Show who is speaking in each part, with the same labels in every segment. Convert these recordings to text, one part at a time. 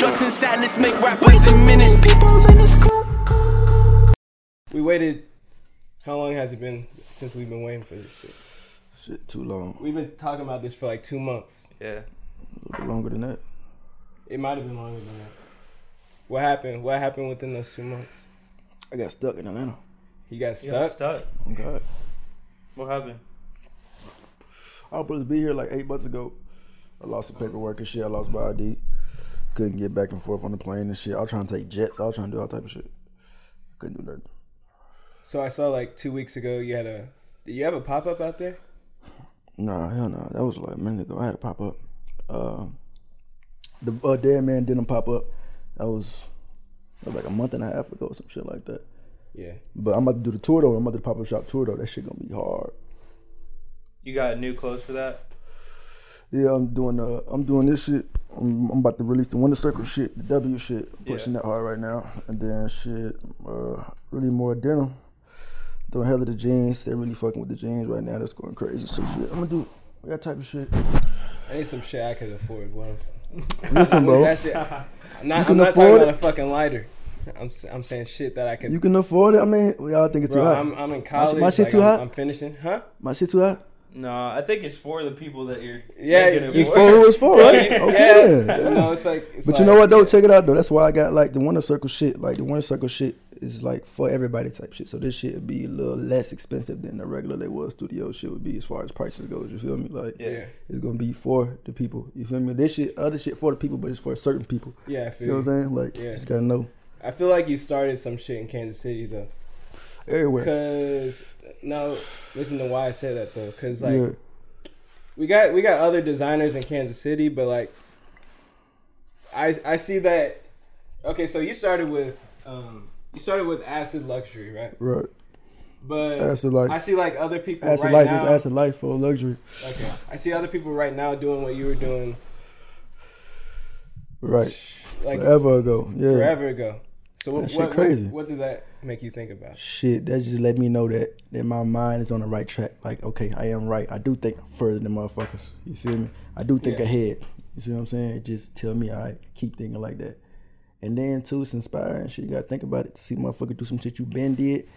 Speaker 1: in silence make rappers in minutes. People in this group.
Speaker 2: We waited. How long has it been since we've been waiting for this shit?
Speaker 3: Shit, too long.
Speaker 2: We've been talking about this for like two months.
Speaker 4: Yeah.
Speaker 3: A little longer than that.
Speaker 2: It might have been longer than that. What happened? What happened within those two months?
Speaker 3: I got stuck in Atlanta.
Speaker 2: He got
Speaker 4: You got
Speaker 2: stuck.
Speaker 4: stuck.
Speaker 3: Oh God.
Speaker 4: What happened?
Speaker 3: I was supposed to be here like eight months ago. I lost some paperwork and shit. I lost my ID. Couldn't get back and forth on the plane and shit. I was trying to take jets. I was trying to do all type of shit. Couldn't do nothing.
Speaker 2: So I saw like two weeks ago you had a. Do you have a pop up out there?
Speaker 3: Nah, hell no. That was like a minute ago. I had a pop up. Uh, the uh, dead man didn't pop up. That was, that was like a month and a half ago, some shit like that.
Speaker 2: Yeah.
Speaker 3: But I'm about to do the tour though. I'm about to do the pop up shop tour though. That shit gonna be hard.
Speaker 4: You got new clothes for that?
Speaker 3: Yeah, I'm doing uh, I'm doing this shit. I'm, I'm about to release the Winter Circle shit, the W shit. I'm pushing that hard right now, and then shit, uh, really more denim. Doing hell of the jeans. They're really fucking with the jeans right now. That's going crazy. So shit, I'm gonna do that type of shit.
Speaker 2: I need some shit I could afford once.
Speaker 3: Listen,
Speaker 2: What is
Speaker 3: bro,
Speaker 2: that shit? I'm not,
Speaker 3: You can
Speaker 2: I'm not talking
Speaker 3: afford
Speaker 2: about a
Speaker 3: it?
Speaker 2: fucking lighter. I'm, s- I'm saying shit that I could.
Speaker 3: you can afford it. I mean, we all think it's
Speaker 2: bro,
Speaker 3: too hot.
Speaker 2: I'm, I'm in college.
Speaker 3: my shit
Speaker 2: like,
Speaker 3: too
Speaker 2: I'm,
Speaker 3: hot?
Speaker 2: I'm finishing, huh?
Speaker 3: My shit too hot.
Speaker 4: No, I think it's for the people that you're
Speaker 2: Yeah,
Speaker 4: taking it
Speaker 3: It's
Speaker 4: for.
Speaker 3: for who it's for, right? Okay.
Speaker 2: Yeah.
Speaker 3: yeah.
Speaker 2: No, it's like. It's
Speaker 3: But you know what though? Check it out though. That's why I got like the Winter Circle shit. Like the Winter Circle shit is like for everybody type shit. So this shit would be a little less expensive than the regular they was studio shit would be as far as prices goes. You feel me? Like
Speaker 4: Yeah.
Speaker 2: Yeah.
Speaker 3: it's gonna be for the people. You feel me? This shit, other shit for the people, but it's for certain people.
Speaker 2: Yeah, I
Speaker 3: See what
Speaker 2: feel. you.
Speaker 3: I'm saying? Like you
Speaker 2: Yeah.
Speaker 3: just gotta know
Speaker 2: I feel like you started some shit in Kansas City though.
Speaker 3: everywhere.
Speaker 2: Cause no, listen to why I said that though. Cause like
Speaker 3: yeah,
Speaker 2: we got we got other designers in Kansas City, but like I I see that. Okay, so you started with um you started with acid luxury, right?
Speaker 3: right.
Speaker 2: But
Speaker 3: Acid life.
Speaker 2: I see like other people
Speaker 3: Acid
Speaker 2: right
Speaker 3: life
Speaker 2: now.
Speaker 3: is acid life for luxury.
Speaker 2: Okay, I see other people right now doing what you were doing
Speaker 3: Right.
Speaker 2: like
Speaker 3: Forever ago. Yeah.
Speaker 2: forever ago. So what,
Speaker 3: That shit
Speaker 2: what,
Speaker 3: crazy.
Speaker 2: What, what does that make you think about?
Speaker 3: shit that just let me know that that my mind is on the right track like okay i am right i do think further than motherfuckers you feel me i do think
Speaker 2: Yeah.
Speaker 3: ahead you see what i'm saying It just tell me i keep thinking like that and then too it's inspiring shit you gotta think about it to see motherfucker do some shit you been did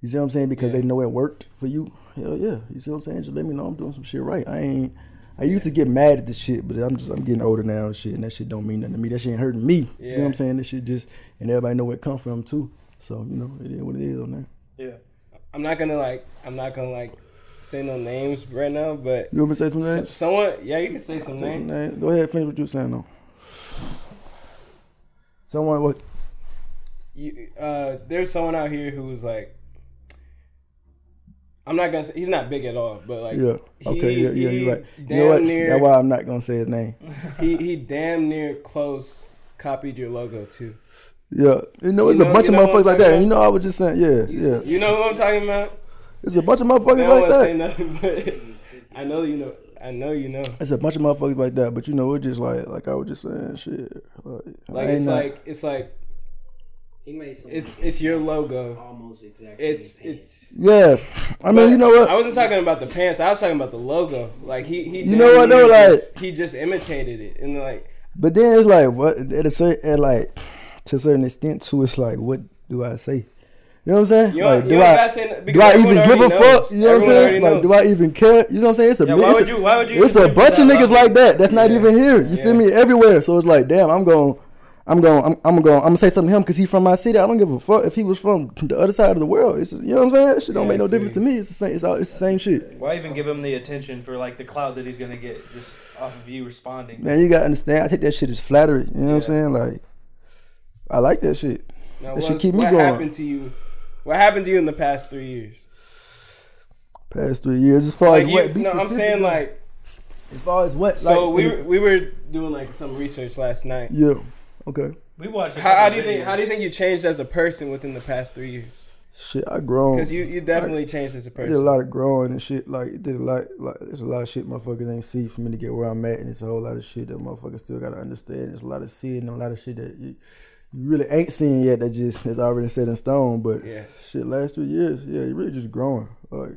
Speaker 3: you see what i'm saying because they know it worked for you hell yeah you see what i'm saying just let me know i'm doing some shit right i ain't I used to get mad at this shit, but I'm just I'm getting older now and shit, and that shit don't mean nothing to me. That shit ain't hurting me. You see what
Speaker 2: Yeah.
Speaker 3: I'm saying? This shit just and everybody know where it come from too. So you know it is what it is on there.
Speaker 4: Yeah.
Speaker 2: I'm not gonna like I'm not gonna like say no names right now, but
Speaker 3: You want me to say some
Speaker 2: so-
Speaker 3: names?
Speaker 2: someone yeah you can say some
Speaker 3: Say
Speaker 2: names.
Speaker 3: some names. Go ahead, finish what you were saying though. Someone what?
Speaker 2: You, uh, there's someone out here who's like I'm not gonna say he's not big at all, but like
Speaker 3: Yeah. Okay.
Speaker 2: he-
Speaker 3: yeah. Yeah.
Speaker 2: he
Speaker 3: You're right. You
Speaker 2: Damn
Speaker 3: know what?
Speaker 2: near
Speaker 3: That's why I'm not gonna say his name.
Speaker 2: he he damn near close copied your logo too.
Speaker 3: Yeah. You know, it's
Speaker 2: know-
Speaker 3: a bunch
Speaker 2: you
Speaker 3: of
Speaker 2: know what
Speaker 3: motherfuckers
Speaker 2: I'm talking
Speaker 3: like that.
Speaker 2: about?
Speaker 3: You know, I was just saying. Yeah. Yeah.
Speaker 2: You know who I'm talking about?
Speaker 3: It's a bunch of
Speaker 2: I
Speaker 3: motherfuckers
Speaker 2: don't
Speaker 3: like
Speaker 2: want to say
Speaker 3: that.
Speaker 2: nothing, but I know you know. I know you know.
Speaker 3: It's a bunch of motherfuckers like that. But you know, it's just like like I was just saying shit. Like,
Speaker 2: Like
Speaker 3: I ain't
Speaker 2: it's
Speaker 3: not-
Speaker 2: like it's like
Speaker 5: He made some
Speaker 2: it's it's your logo.
Speaker 5: almost exactly.
Speaker 2: It's it's.
Speaker 3: yeah. I mean, you know
Speaker 2: I
Speaker 3: what?
Speaker 2: wasn't talking about the pants. I was talking about the logo. Like he he.
Speaker 3: You
Speaker 2: damn
Speaker 3: know what,
Speaker 2: near
Speaker 3: though, like-
Speaker 2: just- he just imitated it and like
Speaker 3: But then it's like what at a certain at like to a certain extent too. It's like what do I say? You know what I'm saying?
Speaker 2: you
Speaker 3: like,
Speaker 2: don't,
Speaker 3: do
Speaker 2: you
Speaker 3: I-
Speaker 2: don't gotta say nothing
Speaker 3: do
Speaker 2: because
Speaker 3: I
Speaker 2: everyone
Speaker 3: even give a
Speaker 2: already knows.
Speaker 3: fuck? You know
Speaker 2: Everyone
Speaker 3: what I'm saying?
Speaker 2: already
Speaker 3: Like,
Speaker 2: knows.
Speaker 3: do I even care? You know what I'm saying? It's a
Speaker 4: Yeah,
Speaker 3: mi-
Speaker 4: why
Speaker 3: it's
Speaker 4: would
Speaker 3: a-
Speaker 4: you why would you
Speaker 3: it's
Speaker 4: even
Speaker 3: a
Speaker 4: think
Speaker 3: bunch of
Speaker 4: that?
Speaker 3: niggas like that. That's not even here. You feel
Speaker 2: Yeah.
Speaker 3: me? Everywhere. So it's like, damn, I'm going, I'm going, I'm, I'm going, I'm gonna say something to him because he from my city. I don't give a fuck if he was from the other side of the world. It's, you know what I'm saying? That shit don't
Speaker 2: Yeah,
Speaker 3: make no
Speaker 2: I feel
Speaker 3: difference to
Speaker 2: you.
Speaker 3: me. It's the same. It's, all, it's the same shit.
Speaker 4: Why even give him the attention for like the clout that he's gonna get just off of you responding?
Speaker 3: Man, you gotta understand. I take that shit as flattery. You know what I'm
Speaker 4: Yeah.
Speaker 3: saying? Like, I like that shit.
Speaker 2: Now,
Speaker 3: That should
Speaker 2: what-
Speaker 3: keep me
Speaker 2: what
Speaker 3: going.
Speaker 2: happened to you? What happened to you in the past three years?
Speaker 3: Past three years, as far
Speaker 2: Like
Speaker 3: as
Speaker 2: you,
Speaker 3: what? be
Speaker 2: no, I'm
Speaker 3: specific,
Speaker 2: saying
Speaker 3: though.
Speaker 2: like
Speaker 3: as far as what?
Speaker 2: so
Speaker 3: Like,
Speaker 2: we were, we were doing like some research last night.
Speaker 3: yeah, okay.
Speaker 4: We watched. a
Speaker 2: How, how
Speaker 4: couple
Speaker 2: do you think? How
Speaker 4: videos.
Speaker 2: do you think you changed as a person within the past three years?
Speaker 3: Shit, I grown.
Speaker 2: Because you, you definitely changed as a
Speaker 3: I did a
Speaker 2: person.
Speaker 3: lot of growing and shit. Like it did a lot. Like there's a lot of shit motherfuckers ain't see for me to get where I'm at, and it's a whole lot of shit that motherfuckers still gotta understand. There's a lot of seeing and a lot of shit that you, you really ain't seen yet. That just is already set in stone. But
Speaker 2: Yeah.
Speaker 3: shit, last three years, yeah, you really just growing. Like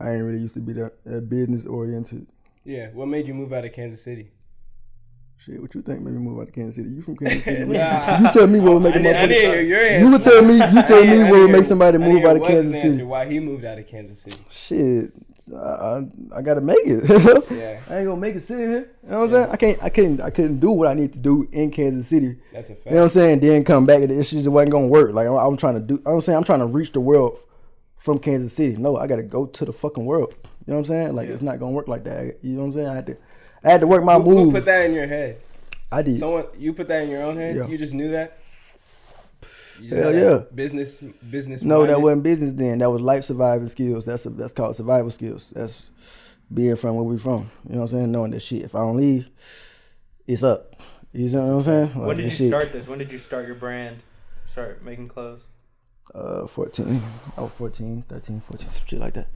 Speaker 3: I ain't really used to be that, that business oriented.
Speaker 2: Yeah. What made you move out of Kansas City?
Speaker 3: Shit, what you think made me move out to Kansas City? You from Kansas City? What
Speaker 2: Nah.
Speaker 3: you, you tell me what would make a
Speaker 2: I didn't, I
Speaker 3: motherfucker.
Speaker 2: didn't hear your answer.
Speaker 3: You would tell me. You
Speaker 2: I
Speaker 3: tell
Speaker 2: didn't-
Speaker 3: me
Speaker 2: I
Speaker 3: what
Speaker 2: didn't
Speaker 3: would make
Speaker 2: hear-
Speaker 3: somebody
Speaker 2: I didn't
Speaker 3: move
Speaker 2: hear
Speaker 3: out of
Speaker 2: Wes's
Speaker 3: Kansas
Speaker 2: answer
Speaker 3: City.
Speaker 2: Why he moved out of Kansas City?
Speaker 3: Shit, I, I, I gotta make it.
Speaker 2: Yeah.
Speaker 3: I ain't gonna make it sitting here. You know what I'm saying? I can't. I couldn't. I couldn't do what I need to do in Kansas City.
Speaker 2: That's a fact.
Speaker 3: You know what I'm saying? Then come back and it just wasn't gonna work. Like I'm, I'm trying to do. I'm saying I'm trying to reach the world from Kansas City. No, I gotta go to the fucking world. You know what I'm saying? Like it's not gonna work like that. You know what I'm saying? I had to. I had to work my
Speaker 2: Who, who
Speaker 3: move.
Speaker 2: put that in your head?
Speaker 3: I did.
Speaker 2: Someone you put that in your own head.
Speaker 3: Yeah.
Speaker 2: You just knew that. You just
Speaker 3: Hell
Speaker 2: had that
Speaker 3: yeah.
Speaker 2: Business, business.
Speaker 3: No, that
Speaker 2: minded?
Speaker 3: wasn't business then. That was life surviving skills. That's that's called survival skills. That's being from where we from. You know what I'm saying? Knowing that shit. If I don't leave, it's up. You know what I'm saying? Like,
Speaker 4: When did you
Speaker 3: this shit,
Speaker 4: start this? When did you start your brand? Start making clothes?
Speaker 3: Uh, 14. I was 14, 13, 14, some shit like that.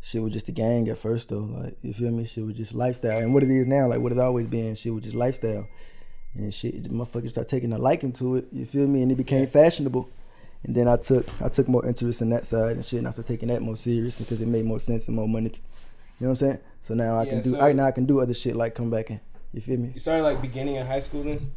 Speaker 3: Shit was just a gang at first though. Like you feel me? Shit was just lifestyle. And what it is now, like what it always been, shit was just lifestyle. And shit, the motherfuckers start taking a liking to it. You feel me? And it became fashionable. And then I took I took more interest in that side and shit, and I started taking that more serious because it made more sense and more money. t- you know what I'm saying? So now I
Speaker 2: Yeah,
Speaker 3: can do
Speaker 2: so-
Speaker 3: I now I can do other shit like come back and you feel me?
Speaker 2: You started like beginning of high school then.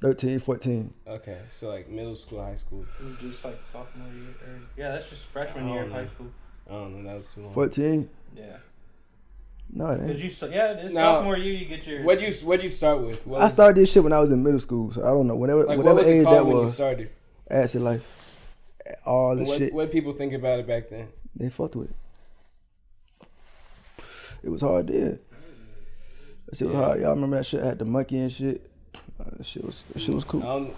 Speaker 3: 13, 14.
Speaker 2: Okay, so like middle school, high school.
Speaker 4: It was just like sophomore year. Or, yeah, that's just freshman year of
Speaker 2: Um,
Speaker 4: high school.
Speaker 2: I don't know. That was too long.
Speaker 3: 14?
Speaker 4: Oh, Yeah.
Speaker 3: No, it ain't.
Speaker 4: Cause you, so- yeah, it's
Speaker 2: No.
Speaker 4: sophomore year you get your.
Speaker 2: What'd you What'd you start with? What
Speaker 3: I
Speaker 2: was-
Speaker 3: started this shit when I was in middle school, so I don't know. Whatever
Speaker 2: Like
Speaker 3: whatever
Speaker 2: what was it
Speaker 3: age
Speaker 2: called
Speaker 3: that
Speaker 2: when you
Speaker 3: was,
Speaker 2: started?
Speaker 3: acid life. All the
Speaker 2: And What,
Speaker 3: shit.
Speaker 2: what people think about it back then?
Speaker 3: They fucked with it. It was hard then. That shit was hard. Y'all remember that shit? I had the monkey and shit. Uh, that shit was that shit was cool.
Speaker 2: Um,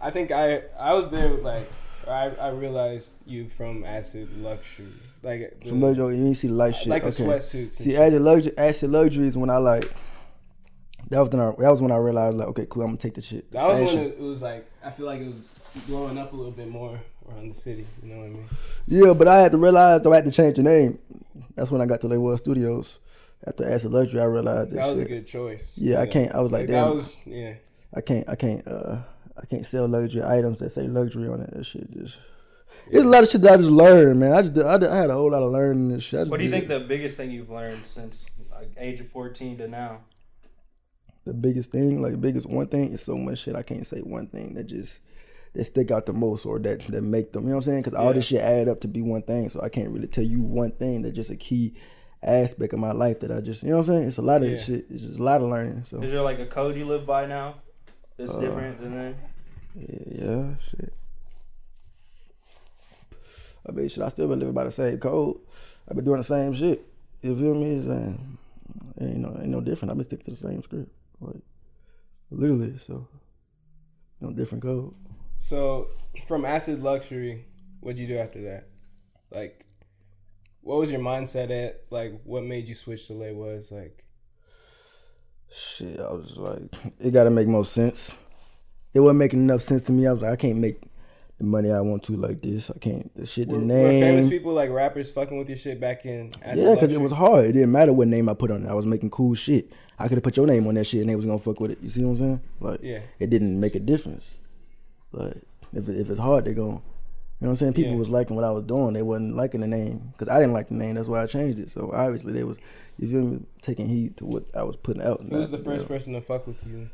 Speaker 2: I think I I was there like I I realized you from acid luxury like the-
Speaker 3: From luxury, you ain't see the light shit.
Speaker 2: like the
Speaker 3: okay.
Speaker 2: sweatsuits.
Speaker 3: See,
Speaker 2: See,
Speaker 3: acid luxury, acid luxury is when I like. That was when I that was when I realized like, okay, cool, I'm gonna take this shit.
Speaker 2: that was
Speaker 3: fashion.
Speaker 2: when it, it was like I feel like it was blowing up a little bit more around the city. You know what I mean?
Speaker 3: Yeah, but I had to realize that I had to change the name. That's when I got to Laywell Studios. After Acid Luxury, I realized that,
Speaker 2: That was
Speaker 3: shit.
Speaker 2: a good choice.
Speaker 3: Yeah, I can't. I was like,
Speaker 2: Like, that
Speaker 3: damn,
Speaker 2: was yeah.
Speaker 3: I can't. I can't. Uh, I can't sell luxury items that say luxury on it. That shit just. It's a lot of shit that I just learned, man. I just did- I, did- I had a whole lot of learning this shit. I just
Speaker 4: What do you
Speaker 3: did
Speaker 4: think the biggest thing you've learned since like, age of fourteen to now?
Speaker 3: the biggest thing, like the biggest one thing, is so much shit. I can't say one thing that just that stick out the most or that that make them. You know what I'm saying? Because all this shit added up to be one thing. So I can't really tell you one thing that's just a key aspect of my life that I just. You know what I'm saying? It's a lot of
Speaker 2: Yeah.
Speaker 3: shit. It's just a lot of learning. So
Speaker 4: Is there like a code you live by now
Speaker 3: Uh.
Speaker 4: that's different than then?
Speaker 3: Yeah, yeah, shit. I mean, shit, I still been living by the same code. I've been doing the same shit. You feel me? It's, uh, ain't no, ain't no different. I've been sticking to the same script, like literally. So, no different code.
Speaker 2: So from acid luxury, what'd you do after that? Like, what was your mindset at? Like, what made you switch to lay was like?
Speaker 3: Shit, I was like, it got to make more sense. It wasn't making enough sense to me. I was like, I can't make the money I want to like this. I can't. The shit, the
Speaker 2: Were, were famous
Speaker 3: name.
Speaker 2: people like rappers fucking with your shit back in? Acid
Speaker 3: Yeah, because it
Speaker 2: Luxury?
Speaker 3: was hard. It didn't matter what name I put on it. I was making cool shit. I could have put your name on that shit and they was gonna fuck with it. You see what I'm saying? Like,
Speaker 2: Yeah.
Speaker 3: it didn't make a difference. Like, if it- if it's hard, they gon' You know what I'm saying? People
Speaker 2: Yeah.
Speaker 3: was liking what I was doing. They wasn't liking the name because I didn't like the name. That's why I changed it. So obviously they was, you feel me, taking heed to what I was putting out.
Speaker 2: Who was the
Speaker 3: Not-
Speaker 2: first person to fuck with you?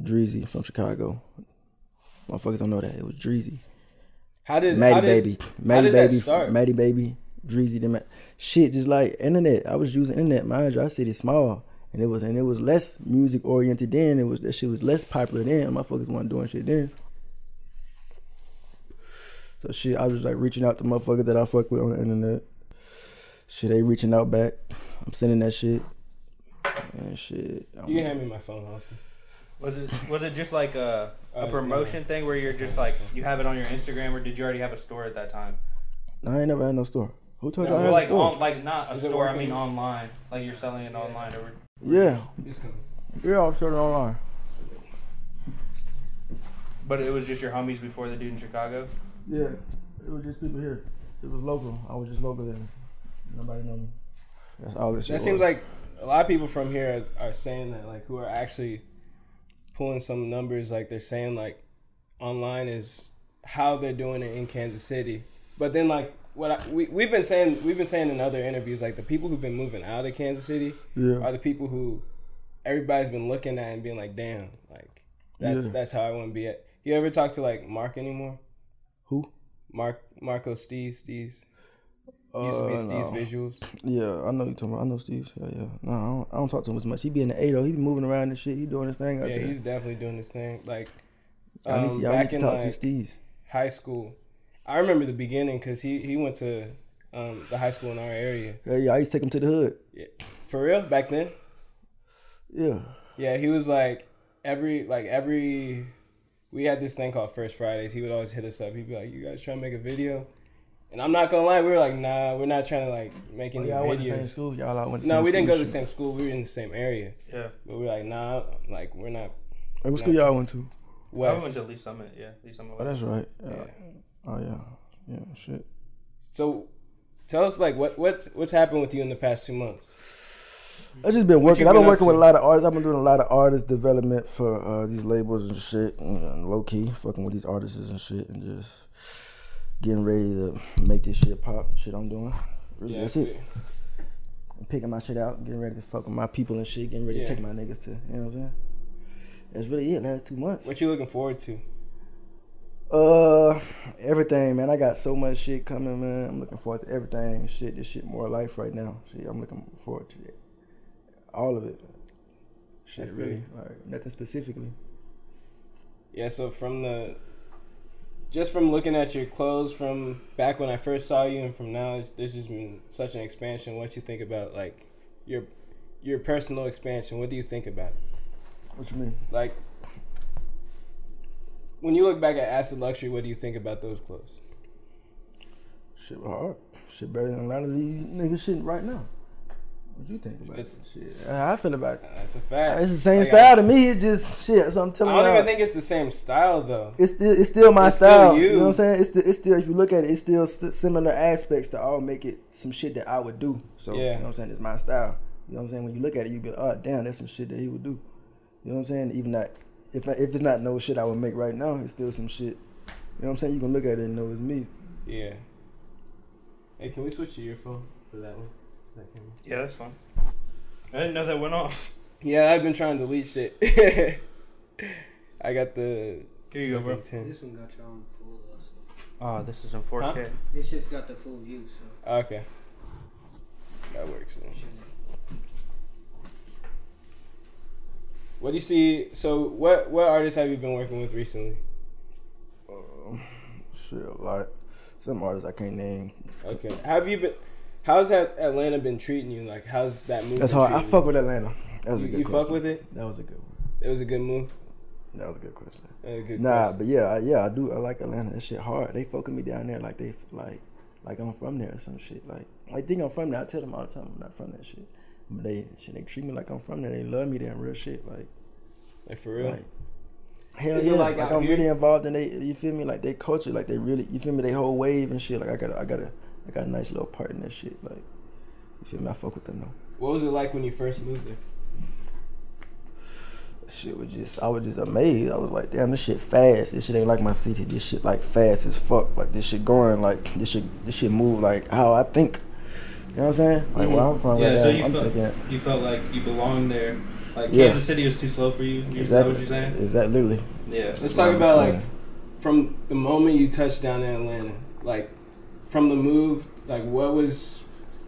Speaker 3: Dreezy from Chicago. Motherfuckers don't know that it was Dreezy.
Speaker 2: How did how
Speaker 3: Maddie
Speaker 2: did-
Speaker 3: Baby. Maddie
Speaker 2: did that
Speaker 3: Baby.
Speaker 2: start?
Speaker 3: Maddie Baby. Dreezy. Them shit, just like internet. I was using internet, mind you. I said it's small. And it was and it was less music oriented then. It was that shit was less popular then. Motherfuckers wasn't doing shit then. So shit, I was like reaching out to motherfuckers that I fuck with on the internet. Shit, they reaching out back. I'm sending that shit. And shit. I'm-
Speaker 2: You can hand me my phone, Austin.
Speaker 4: Was it was it just like a
Speaker 2: Uh,
Speaker 4: a
Speaker 2: yeah.
Speaker 4: promotion thing where you're just like you have it on your Instagram, or did you already have a store at that time?
Speaker 3: I ain't never had no store. Who told
Speaker 2: No, um,
Speaker 3: you I
Speaker 4: Well,
Speaker 3: had
Speaker 4: like
Speaker 3: a store?
Speaker 4: on, like not a
Speaker 2: Is it
Speaker 4: store. I
Speaker 2: working?
Speaker 4: mean online. Like you're selling it online over.
Speaker 3: yeah.
Speaker 2: It's coming.
Speaker 3: Yeah, I was selling online.
Speaker 4: But it was just your homies before the dude in Chicago.
Speaker 3: Yeah, it was just people here. It was local. I was just local then. Nobody know me. That's all this shit.
Speaker 2: That seems like a lot of people from here are, are saying that, like, who are actually pulling some numbers. Like, they're saying, like, online is how they're doing it in Kansas City. But then, like, what I, we, we've been saying, we've been saying in other interviews, like, the people who've been moving out of Kansas City
Speaker 3: Yeah.
Speaker 2: are the people who everybody's been looking at and being like, damn, like that's
Speaker 3: Yeah.
Speaker 2: that's how I want to be at. You ever talk to like Mark anymore?
Speaker 3: Who?
Speaker 2: Mark Marco Steez Steez used to be
Speaker 3: Uh,
Speaker 2: Steez
Speaker 3: no.
Speaker 2: Visuals.
Speaker 3: Yeah, I know you talking about. I know Steve. Yeah, yeah. No, I don't, I don't talk to him as much. He be in the eight though. He be moving around and shit. He doing his thing out
Speaker 2: Yeah,
Speaker 3: there.
Speaker 2: he's definitely doing this thing. Like
Speaker 3: I
Speaker 2: um,
Speaker 3: need, y'all need
Speaker 2: back
Speaker 3: to
Speaker 2: in
Speaker 3: talk to
Speaker 2: like,
Speaker 3: Steve.
Speaker 2: high school, I remember the beginning because he he went to um, the high school in our area.
Speaker 3: Yeah, yeah. I used to take him to the hood.
Speaker 2: For real, back then.
Speaker 3: Yeah.
Speaker 2: Yeah, he was like every like every we had this thing called First Fridays. He would always hit us up. He'd be like, "You guys trying to make a video?" And I'm not gonna lie, we were like, "Nah, we're not trying to like
Speaker 3: Oh,
Speaker 2: make any videos."
Speaker 3: school. Y'all all went
Speaker 2: No, we didn't go to the same school. We were in the same area,
Speaker 4: Yeah.
Speaker 2: but we were like, "Nah, like we're not
Speaker 3: Hey, what school y'all went to?
Speaker 4: I went
Speaker 2: west."
Speaker 4: to Lee Summit. Yeah, Lee Summit.
Speaker 3: Oh, that's right.
Speaker 2: Yeah.
Speaker 3: Yeah. Oh yeah. Yeah. Shit.
Speaker 2: So, tell us like what what's what's happened with you in the past two months?
Speaker 3: I've just been working.
Speaker 2: you
Speaker 3: I've been
Speaker 2: been up
Speaker 3: working with a
Speaker 2: to?
Speaker 3: lot of artists. I've been doing a lot of artist development for uh, these labels and shit, and low key fucking with these artists and shit, and just getting ready to make this shit pop. Shit I'm doing. Really, that's it. Picking my shit out, getting ready to fuck with my people and shit, getting ready
Speaker 2: Yeah.
Speaker 3: to take my niggas to. You know what I'm saying? That's really it. Last two months.
Speaker 2: What you looking forward to?
Speaker 3: Uh, everything, man. I got so much shit coming, man. I'm looking forward to everything. Shit, this shit more life right now. Shit, I'm looking forward to it. All of it. Shit,
Speaker 2: feel
Speaker 3: really.
Speaker 2: you.
Speaker 3: Like nothing specifically.
Speaker 2: Yeah, so from the just from looking at your clothes from back when I first saw you and from now, it's, there's just been such an expansion. What you think about like your your personal expansion? What do you think about it?
Speaker 3: What you mean?
Speaker 2: Like when you look back at Acid Luxury, what do you think about those clothes?
Speaker 3: Shit was hard. Shit better than a lot of these niggas shit right now. What you think about
Speaker 2: It's-
Speaker 3: it? Shit, how I feel about it.
Speaker 2: That's a fact.
Speaker 3: It's the same
Speaker 2: Like,
Speaker 3: style to me. It's just shit. So I'm
Speaker 2: I,
Speaker 3: telling
Speaker 2: I don't
Speaker 3: y'all.
Speaker 2: even think it's the same style though.
Speaker 3: it's still it's still my
Speaker 2: It's still
Speaker 3: style.
Speaker 2: you.
Speaker 3: you. know what I'm saying? It's still, it's still if you look at it, it's still st- similar aspects to all make it some shit that I would do. So
Speaker 2: Yeah.
Speaker 3: you know what I'm saying? It's my style. You know what I'm saying? When you look at it, you be like, oh damn, that's some shit that he would do. You know what I'm saying? Even that if I, if it's not no shit I would make right now, it's still some shit. You know what I'm saying? You can look at it and know it's me.
Speaker 2: Yeah. Hey, can we switch your earphone for that one? That camera?
Speaker 4: Yeah, that's fine. I didn't know that went off.
Speaker 2: Yeah, I've been trying to delete shit. I got the
Speaker 4: Here you go, bro.
Speaker 2: 10.
Speaker 5: This one got your own full though. So.
Speaker 4: Oh, this is in 4K.
Speaker 5: This shit's got the full view, so
Speaker 2: Okay. That works. then.
Speaker 5: it shouldn't.
Speaker 2: What do you see? So, what what artists have you been working with recently?
Speaker 3: Um, shit, a lot. Some artists I can't name.
Speaker 2: Okay. Have you been? How's that Atlanta been treating you? Like, how's that movement?
Speaker 3: That's hard. I
Speaker 2: treating
Speaker 3: fuck with Atlanta. That was
Speaker 2: You,
Speaker 3: a
Speaker 2: you,
Speaker 3: good
Speaker 2: you
Speaker 3: question.
Speaker 2: fuck with it.
Speaker 3: That was a good one.
Speaker 2: It was a good move.
Speaker 3: That was a good question.
Speaker 2: That was a good
Speaker 3: Nah,
Speaker 2: question.
Speaker 3: but yeah, I- yeah, I do. I like Atlanta. That shit hard. They fucking me down there like they f- like like I'm from there or some shit. Like I think I'm from there. I tell them all the time I'm not from that shit. But they shit, they treat me like I'm from there. They love me there. and Real shit. Like
Speaker 2: like for real.
Speaker 3: like hell
Speaker 2: Is it
Speaker 3: yeah.
Speaker 2: like
Speaker 3: Like,
Speaker 2: out
Speaker 3: I'm
Speaker 2: here?
Speaker 3: really involved in they. You feel me? Like they culture. Like they really. You feel me? They whole wave and shit. Like I got a, I got a I got a nice little part in that shit. Like you feel me? I fuck with them though.
Speaker 2: what was it like when you first moved there?
Speaker 3: shit was just I was just amazed. I was like, damn, this shit fast. This shit ain't like my city. This shit like fast as fuck. Like this shit going like this shit this shit move like how I think. You know what I'm saying? Like where I'm from right
Speaker 4: Yeah, so
Speaker 3: now,
Speaker 4: you
Speaker 3: I'm
Speaker 4: felt,
Speaker 3: thinking
Speaker 4: you felt like you belonged there. Like
Speaker 3: Yeah.
Speaker 4: Kansas City was too slow for you. Is that
Speaker 3: exactly,
Speaker 4: what you're saying?
Speaker 3: Exactly literally.
Speaker 4: Yeah.
Speaker 2: Let's
Speaker 3: Well,
Speaker 2: talk about like
Speaker 3: that's
Speaker 2: from the moment you touched down in Atlanta, like from the move, like what was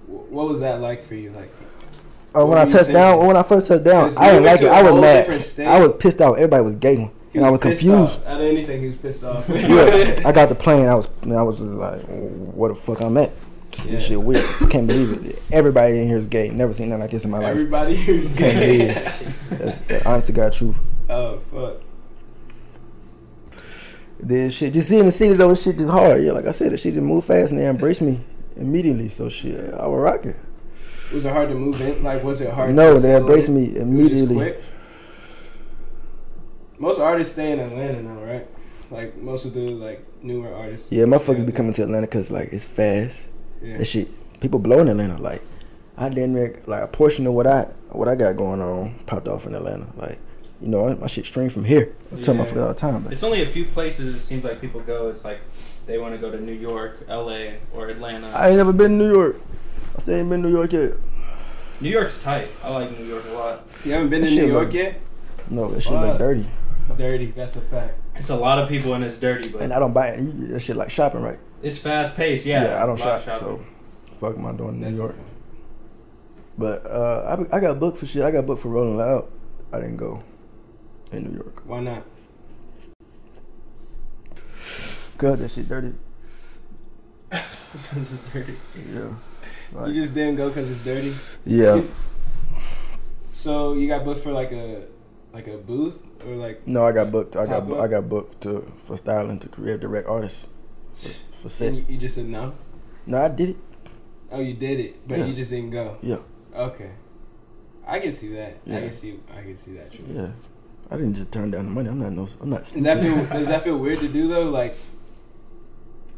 Speaker 2: what was that like for you? Like
Speaker 3: Oh,
Speaker 2: What
Speaker 3: when I
Speaker 2: were you
Speaker 3: touched down,
Speaker 2: thinking?
Speaker 3: when I first touched down,
Speaker 2: 'Cause you
Speaker 3: I didn't
Speaker 2: went
Speaker 3: like
Speaker 2: to
Speaker 3: it.
Speaker 2: a
Speaker 3: I
Speaker 2: whole
Speaker 3: was
Speaker 2: different
Speaker 3: mad.
Speaker 2: state.
Speaker 3: I was pissed off. Everybody was gay,
Speaker 2: he
Speaker 3: and I was
Speaker 2: pissed
Speaker 3: confused.
Speaker 2: Off. Out of anything, he was pissed off.
Speaker 3: yeah, I got the plane. I was, man, I was just like, "What the fuck I'm at?
Speaker 2: Yeah.
Speaker 3: This shit weird. Can't believe it. Everybody in here is gay. Never seen nothing like this in my life.
Speaker 2: Everybody who's
Speaker 3: Can't
Speaker 2: gay.
Speaker 3: believe this. That's the honest to God truth.
Speaker 2: Oh fuck.
Speaker 3: Then shit, just seeing the city though, shit just hard. Yeah, like I said, the shit just moved fast and they embraced me immediately. So shit, I was rocking.
Speaker 2: Was it hard to move in? Like, was it hard?
Speaker 3: No,
Speaker 2: to
Speaker 3: they
Speaker 2: settle
Speaker 3: embraced
Speaker 2: in?
Speaker 3: me
Speaker 2: It was just
Speaker 3: immediately.
Speaker 2: quick? Most artists stay in Atlanta now, right? Like most of the like newer artists.
Speaker 3: Yeah,
Speaker 2: stay
Speaker 3: motherfuckers be
Speaker 2: there.
Speaker 3: coming to Atlanta because like it's fast.
Speaker 2: Yeah.
Speaker 3: That shit, people blowing Atlanta. Like I damn near like a portion of what I what I got going on popped off in Atlanta. Like you know, I, my shit streamed from here. I tell
Speaker 2: Yeah.
Speaker 3: motherfuckers all the time. Like,
Speaker 4: It's only a few places it seems like people go. It's like they want to go to New York, LA, or Atlanta.
Speaker 3: I ain't never been to New York. I still ain't been to New York yet.
Speaker 4: New York's tight. I like New York a lot.
Speaker 2: You haven't been
Speaker 3: That
Speaker 2: to New
Speaker 3: shit
Speaker 2: York
Speaker 3: look-
Speaker 2: yet?
Speaker 3: No, that shit look
Speaker 2: Fuck.
Speaker 3: dirty,
Speaker 2: Dirty, that's a fact.
Speaker 4: It's a lot of people and it's dirty, but
Speaker 3: and I don't buy it. You- That shit like shopping, right?
Speaker 4: it's fast paced. Yeah,
Speaker 3: Yeah, I don't
Speaker 4: a lot of
Speaker 3: shop, so fuck am I doing in New
Speaker 2: That's
Speaker 3: York? But uh, I I got booked for shit. I got booked for Rolling Loud. I didn't go in New York.
Speaker 2: Why not?
Speaker 3: God, that shit dirty.
Speaker 4: this is dirty.
Speaker 3: Yeah.
Speaker 2: You just didn't go because it's dirty.
Speaker 3: yeah.
Speaker 2: So you got booked for like a like a booth or like
Speaker 3: No, I got booked. I
Speaker 2: How
Speaker 3: got bu- I
Speaker 2: booked?
Speaker 3: got booked to for styling to create direct artists for, for set.
Speaker 2: and you, you just said no.
Speaker 3: No, I did it.
Speaker 2: Oh, you did it, but
Speaker 3: Yeah.
Speaker 2: you just didn't go.
Speaker 3: Yeah.
Speaker 2: Okay. I can see that.
Speaker 3: Yeah.
Speaker 2: I can see. I can see that. True.
Speaker 3: Yeah. I didn't just turn down the money. I'm not no. I'm not.
Speaker 2: Does
Speaker 3: Stupid.
Speaker 2: that feel? does that feel weird to do though? Like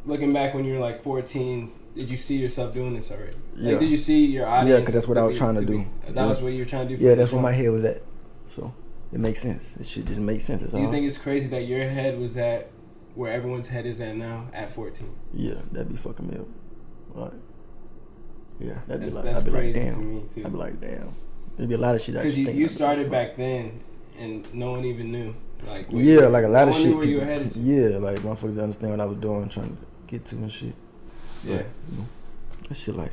Speaker 2: looking back when you were like 14, did you see yourself doing this already?
Speaker 3: Yeah.
Speaker 2: Like, did you see your audience?
Speaker 3: 'cause that's what
Speaker 2: to
Speaker 3: I was
Speaker 2: be-
Speaker 3: trying to
Speaker 2: be-
Speaker 3: do.
Speaker 2: that
Speaker 3: Yeah.
Speaker 2: was what you were trying to do.
Speaker 3: yeah,
Speaker 2: for
Speaker 3: that's where
Speaker 2: people?
Speaker 3: my head was at. So it makes sense. It should just make sense. That's
Speaker 2: Do you
Speaker 3: all.
Speaker 2: think it's crazy that your head was at where everyone's head is at now at 14?
Speaker 3: yeah, that'd be fucking me up. Like, yeah, that'd be
Speaker 2: That's,
Speaker 3: like.
Speaker 2: that's
Speaker 3: I'd be like,
Speaker 2: crazy to
Speaker 3: damn.
Speaker 2: me too.
Speaker 3: I'd be like, damn. It'd be a lot of shit. I
Speaker 2: Because
Speaker 3: just
Speaker 2: you,
Speaker 3: think
Speaker 2: you
Speaker 3: about
Speaker 2: started
Speaker 3: before.
Speaker 2: back then, and no one even knew. Like where you
Speaker 3: Yeah,
Speaker 2: were-
Speaker 3: like a
Speaker 2: no
Speaker 3: lot of
Speaker 2: one knew
Speaker 3: shit.
Speaker 2: Where you were
Speaker 3: people-
Speaker 2: headed? to.
Speaker 3: yeah, like motherfuckers didn't understand what I was doing, trying to get to and shit.
Speaker 2: Yeah.
Speaker 3: That shit like,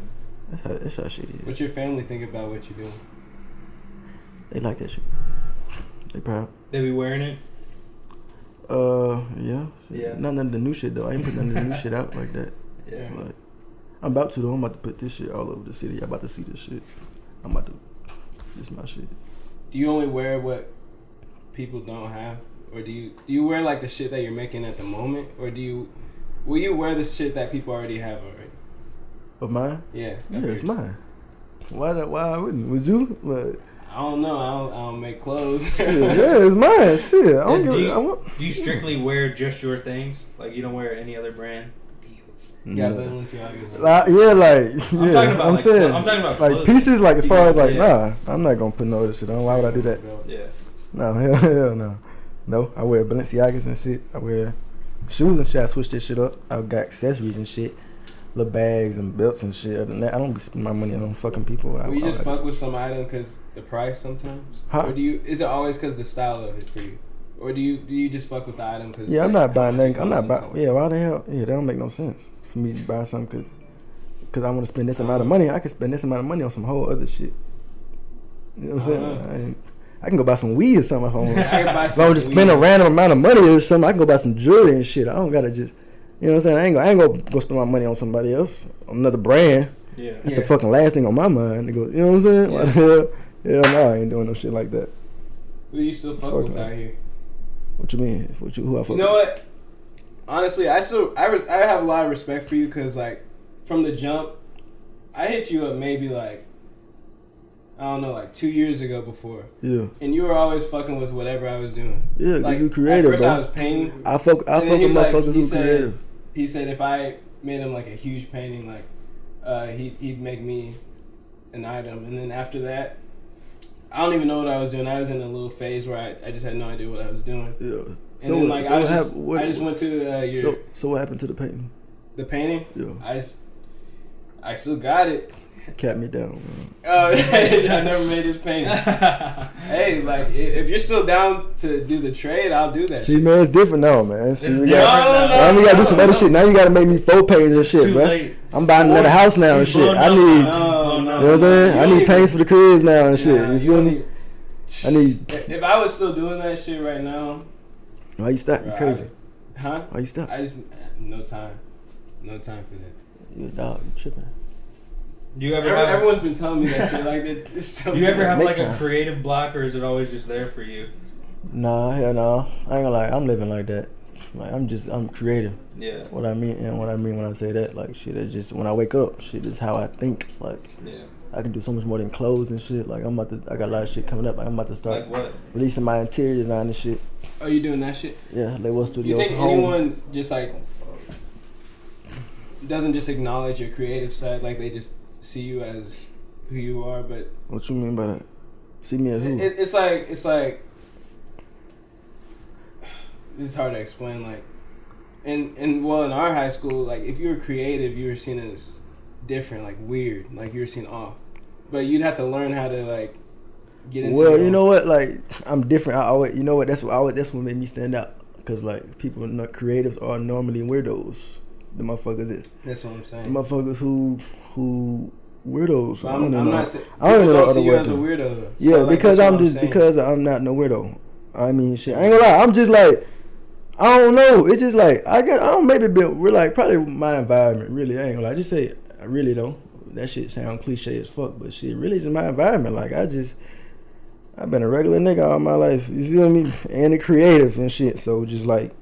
Speaker 3: that's how that's how shit is.
Speaker 2: What's your family think about what you're doing?
Speaker 3: They like that shit. They proud.
Speaker 4: They be wearing it.
Speaker 3: Uh, yeah.
Speaker 4: Yeah.
Speaker 3: Not none of the new shit though. I ain't putting none of the new shit out like that.
Speaker 4: Yeah.
Speaker 3: Like, I'm about to though. I'm about to put this shit all over the city. I'm about to see this shit. I'm about to. This my shit.
Speaker 2: Do you only wear what people don't have, or do you do you wear like the shit that you're making at the moment, or do you will you wear the shit that people already have already?
Speaker 3: Of mine.
Speaker 2: Yeah,
Speaker 3: Yeah,
Speaker 2: that'd
Speaker 3: it's
Speaker 2: be-
Speaker 3: mine. Why? That, why I wouldn't? Was you? Like,
Speaker 2: I don't know. I don't, I don't make clothes.
Speaker 3: shit, yeah, it's mine. Shit. I don't
Speaker 4: And
Speaker 3: give.
Speaker 4: do
Speaker 3: a-
Speaker 4: you-
Speaker 3: I want.
Speaker 4: Do you strictly
Speaker 3: Mm.
Speaker 4: wear just your things? Like you don't wear any other brand?
Speaker 2: Yeah,
Speaker 3: No.
Speaker 2: Balenciagas.
Speaker 3: Like, yeah, like yeah. I'm,
Speaker 4: talking about, like,
Speaker 3: saying,
Speaker 4: clo- I'm talking about
Speaker 3: like
Speaker 4: clothes.
Speaker 3: pieces. Like as
Speaker 4: You
Speaker 3: far
Speaker 4: got-
Speaker 3: as like,
Speaker 4: yeah.
Speaker 3: nah, I'm not gonna put no other shit on. Why would I do that?
Speaker 4: Yeah.
Speaker 3: No, hell, hell no, no. I wear Balenciagas and shit. I wear shoes and shit. I switch this shit up. I got accessories and shit, little bags and belts and shit. Other than that, I don't be spending my money on fucking people. I,
Speaker 2: Will you
Speaker 3: I-
Speaker 2: just
Speaker 3: I-
Speaker 2: fuck with some item because the price sometimes,
Speaker 3: Huh?
Speaker 2: or do you? Is it always because the style of it for you, or do you do you just fuck with the item because?
Speaker 3: Yeah, I'm not buying nothing. I'm not buying. Yeah, why the hell? Yeah, that don't make no sense for me to buy something because cause I want to spend this amount of money. I can spend this amount of money on some whole other shit. You know what I'm saying?
Speaker 2: Uh-huh.
Speaker 3: I, ain't- I can go buy some weed or something if I want.
Speaker 2: I could buy
Speaker 3: If I
Speaker 2: some
Speaker 3: want to spend a
Speaker 2: weed.
Speaker 3: random amount of money or something, I can go buy some jewelry and shit. I don't gotta just, you know what I'm saying? I ain't gonna, I ain't gonna go spend my money on somebody else, on another brand.
Speaker 4: Yeah.
Speaker 3: That's the
Speaker 2: Yeah.
Speaker 3: fucking last thing on my mind. To go, you know what I'm saying? Why the hell? Hell no, I ain't doing no shit like that.
Speaker 2: Who you still fuck,
Speaker 3: Fuck
Speaker 2: with
Speaker 3: no.
Speaker 2: out here?
Speaker 3: What you mean? What you? Who I fuck?
Speaker 2: You know
Speaker 3: with?
Speaker 2: what? Honestly, I still I, res- I have a lot of respect for you because like from the jump, I hit you up maybe like I don't know like two years ago before,
Speaker 3: Yeah,
Speaker 2: and you were always fucking with whatever I was doing.
Speaker 3: yeah. 'cause
Speaker 2: Like
Speaker 3: you
Speaker 2: at
Speaker 3: creative,
Speaker 2: first
Speaker 3: bro.
Speaker 2: I was painting.
Speaker 3: I fuck, I
Speaker 2: And then
Speaker 3: fuck
Speaker 2: he was
Speaker 3: with
Speaker 2: like-
Speaker 3: motherfuckers
Speaker 2: he
Speaker 3: who
Speaker 2: said-
Speaker 3: creative.
Speaker 2: He said if I made him like a huge painting, like uh, he he'd make me an item, and then after that. I don't even know what I was doing. I was in a little phase where I, I just had no idea what I was doing.
Speaker 3: Yeah.
Speaker 2: And
Speaker 3: So,
Speaker 2: then,
Speaker 3: what-
Speaker 2: like, I,
Speaker 3: so what
Speaker 2: was
Speaker 3: happened?
Speaker 2: just,
Speaker 3: What,
Speaker 2: I just went to uh, your
Speaker 3: so, so what happened to the painting?
Speaker 2: the painting.
Speaker 3: Yeah,
Speaker 2: I, s- I still got it.
Speaker 3: cat me down. Man.
Speaker 2: Oh, I never made this painting. Hey, like i- if you're still down to do the trade, I'll do that.
Speaker 3: See,
Speaker 2: shit.
Speaker 3: man, it's different now, man. See,
Speaker 4: It's
Speaker 3: we
Speaker 4: different
Speaker 3: got,
Speaker 2: No,
Speaker 3: now
Speaker 2: no,
Speaker 3: we gotta do some
Speaker 2: no,
Speaker 3: other
Speaker 2: no.
Speaker 3: shit. Now you gotta make me four pages and shit,
Speaker 4: Too
Speaker 3: bro.
Speaker 4: late.
Speaker 3: I'm buying another house now and
Speaker 4: You
Speaker 3: shit.
Speaker 4: blown
Speaker 3: I
Speaker 4: up Oh,
Speaker 3: need, you know
Speaker 4: now.
Speaker 2: No,
Speaker 4: You
Speaker 2: no.
Speaker 3: what I'm saying?
Speaker 2: You
Speaker 3: I
Speaker 2: don't
Speaker 3: need
Speaker 2: even-
Speaker 3: pains for the cribs now and shit.
Speaker 2: Nah,
Speaker 3: You
Speaker 2: you
Speaker 3: feel
Speaker 2: don't
Speaker 3: me?
Speaker 2: even-
Speaker 3: I need.
Speaker 2: If I was still doing that shit right now,
Speaker 3: Why you stop? You
Speaker 2: Bro, I-
Speaker 3: crazy?
Speaker 2: Uh, huh?
Speaker 3: Why you stop?
Speaker 2: I just no time, no time for that.
Speaker 3: You a dog? You tripping?
Speaker 4: Do you ever
Speaker 2: Every-
Speaker 4: have?
Speaker 2: Everyone's been telling me that shit. Like it's, it's so
Speaker 4: Do you ever have
Speaker 3: Big
Speaker 4: like a
Speaker 3: time.
Speaker 4: creative block, or is it always just there for you?
Speaker 3: Nah, hell no. I ain't gonna lie. I'm living like that. Like I'm just, I'm creative.
Speaker 4: Yeah.
Speaker 3: What I mean and what I mean when I say that, like shit, it's just when I wake up, shit is how I think. Like
Speaker 4: Yeah.
Speaker 3: I can do so much more than clothes and shit. Like I'm about to, I got a lot of shit coming up. Like, I'm about to start
Speaker 4: Like what?
Speaker 3: releasing my interior design and shit.
Speaker 2: Are you doing that shit?
Speaker 3: Yeah, like what
Speaker 2: You
Speaker 3: studios
Speaker 2: think
Speaker 3: home.
Speaker 2: anyone just like doesn't just acknowledge your creative side? Like they just see you as who you are, but
Speaker 3: What you mean by that? See me as who?
Speaker 2: it, it's like it's like it's hard to explain like and and well in our high school like if you were creative you were seen as different like weird like you were seen off But you'd have to learn how to like get into.
Speaker 3: Well,
Speaker 2: your
Speaker 3: you
Speaker 2: own-
Speaker 3: know what? Like I'm different. I always, you know what? That's what I always, that's what made me stand out. Cause like people, not creatives, are normally weirdos. The motherfuckers is
Speaker 2: that's what I'm
Speaker 3: the
Speaker 2: saying.
Speaker 3: motherfuckers who who weirdos.
Speaker 2: But
Speaker 3: I
Speaker 2: I'm,
Speaker 3: don't
Speaker 2: I'm
Speaker 3: know.
Speaker 2: not. sa-
Speaker 3: I don't
Speaker 2: people
Speaker 3: know
Speaker 2: don't
Speaker 3: the
Speaker 2: see
Speaker 3: other
Speaker 2: you
Speaker 3: word
Speaker 2: as a
Speaker 3: to-
Speaker 2: weirdo. though. So,
Speaker 3: yeah,
Speaker 2: like,
Speaker 3: because
Speaker 2: that's
Speaker 3: I'm
Speaker 2: what
Speaker 3: just
Speaker 2: saying.
Speaker 3: because I'm not no weirdo. I mean, shit. I ain't gonna lie. I'm just like I don't know. It's just like I got. I don't maybe be, we're like probably my environment. Really, I ain't gonna lie. Just say really though. That shit sound cliche as fuck, but shit, really just my environment. Like I just. I've been a regular nigga all my life. You feel me? And a creative and shit. So just like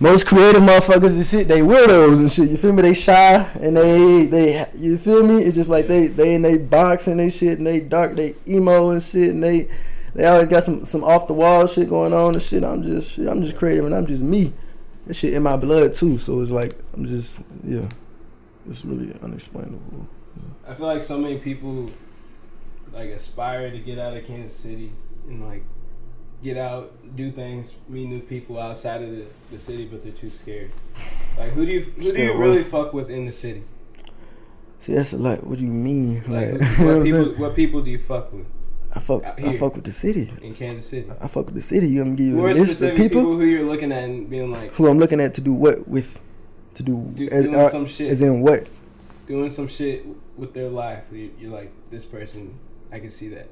Speaker 3: most creative motherfuckers and shit, they weirdos and shit. You feel me? They shy and they they you feel me? It's just like they they in they box and they shit and they dark, they emo and shit and they they always got some some off the wall shit going on and shit. I'm just shit, I'm just creative and I'm just me. That shit in my blood too. So it's like I'm just yeah. It's really unexplainable.
Speaker 2: I feel like so many people like aspire to get out of Kansas City and like get out, do things, meet new people outside of the, the city, but they're too scared. Like who do you who do
Speaker 3: Scared
Speaker 2: you
Speaker 3: what?
Speaker 2: really fuck with in the city?
Speaker 3: See that's a lot. What do you mean? Like,
Speaker 2: Like
Speaker 3: you
Speaker 2: who,
Speaker 3: know what
Speaker 2: what
Speaker 3: I'm
Speaker 2: people
Speaker 3: saying?
Speaker 2: what people do you fuck with
Speaker 3: I fuck
Speaker 2: out
Speaker 3: I
Speaker 2: here.
Speaker 3: fuck with the city.
Speaker 2: in Kansas City?
Speaker 3: I fuck with Uh, the city. You gonna give you
Speaker 2: Who
Speaker 3: a
Speaker 2: are
Speaker 3: list
Speaker 2: specific
Speaker 3: of
Speaker 2: people?
Speaker 3: people,
Speaker 2: who you're looking at and being like
Speaker 3: who I'm looking at to do what with, to do,
Speaker 2: do,
Speaker 3: as,
Speaker 2: doing
Speaker 3: uh,
Speaker 2: some shit,
Speaker 3: as in what?
Speaker 2: doing some shit with their life? You, you're like this person. I can see that.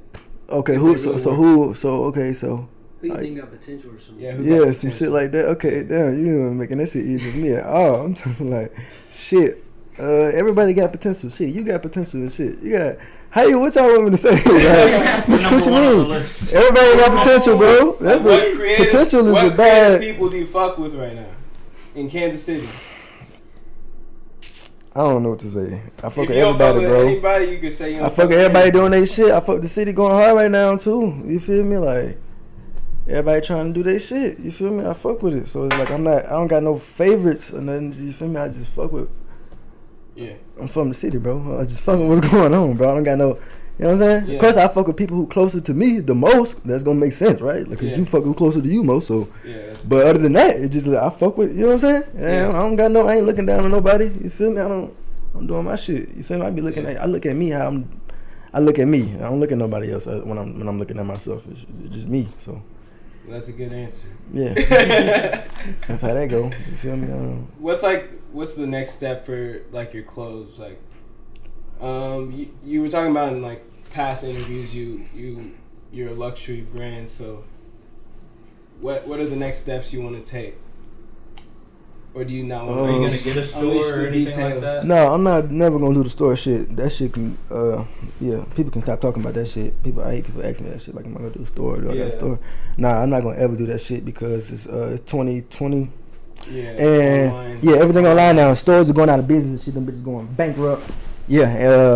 Speaker 3: Okay,
Speaker 2: If
Speaker 3: who?
Speaker 2: they
Speaker 3: So,
Speaker 2: really
Speaker 3: so
Speaker 2: work.
Speaker 3: who? So okay, so
Speaker 5: Who you
Speaker 3: Like-
Speaker 5: think got potential or something?
Speaker 2: Yeah, who got
Speaker 3: yeah, some
Speaker 2: potential.
Speaker 3: shit like that. Okay, damn, you ain't making that shit easy for me at all. I'm just like, shit. Uh, everybody got potential. Shit, you got potential and shit. You got how you? What y'all want me to say? Like, what you
Speaker 4: Number one on the
Speaker 3: mean?
Speaker 4: list.
Speaker 3: Everybody got potential, bro. That's
Speaker 2: what
Speaker 3: the
Speaker 2: creative,
Speaker 3: potential is
Speaker 2: what
Speaker 3: the
Speaker 2: creative
Speaker 3: bad.
Speaker 2: people do you fuck with right now in Kansas City?
Speaker 3: I don't know what to say. I fuck
Speaker 2: If
Speaker 3: with
Speaker 2: you don't fuck
Speaker 3: everybody,
Speaker 2: with
Speaker 3: bro.
Speaker 2: Anybody you can say you don't
Speaker 3: I fuck with
Speaker 2: with
Speaker 3: everybody doing their shit. I fuck the city going hard right now too. You feel me? Like everybody trying to do their shit. You feel me? I fuck with it. So it's like I'm not. I don't got no favorites or nothing. You feel me? I just fuck with.
Speaker 2: Yeah.
Speaker 3: I'm from the city, bro. I just fuck with what's going on, bro. I don't got no. You know what I'm saying?
Speaker 2: Yeah.
Speaker 3: Of course, I fuck with people who closer to me the most. That's gonna make sense, right? Like, cause
Speaker 2: Yeah.
Speaker 3: you fuck with closer to you most. So,
Speaker 2: Yeah, that's,
Speaker 3: but other than that, it just like, I fuck with. You know what I'm saying?
Speaker 2: Yeah.
Speaker 3: And I don't got no. I ain't looking down on nobody. You feel me? I don't. I'm doing my shit. You feel me? I be looking
Speaker 2: Yeah.
Speaker 3: at. I look at me how I'm. I look at me. I don't look at nobody else uh, when I'm when I'm looking at myself. It's, it's just me. So
Speaker 2: that's a good answer.
Speaker 3: yeah, that's how that go. You feel me? Um, I don't,
Speaker 2: what's like? What's the next step for like your clothes? Like, um, you, you were talking about in like past interviews, you you you're a luxury brand, so what what are the next steps you want to take? Or do you not want?
Speaker 4: Are
Speaker 3: Um,
Speaker 4: you gonna get a
Speaker 2: Unleash
Speaker 4: store
Speaker 2: the
Speaker 4: or anything
Speaker 2: details.
Speaker 4: like that?
Speaker 3: No, I'm not never gonna do the store shit. That shit can, uh, yeah, people can stop talking about that shit. People, I hate people ask me that shit. Like, am I gonna do a store? Do I got
Speaker 2: Yeah.
Speaker 3: a store? Nah, I'm not gonna ever do that shit because it's uh, it's 2020
Speaker 2: yeah,
Speaker 3: and
Speaker 2: online.
Speaker 3: yeah, everything online now. Stores are going out of business. Shit, them bitches going bankrupt. Yeah,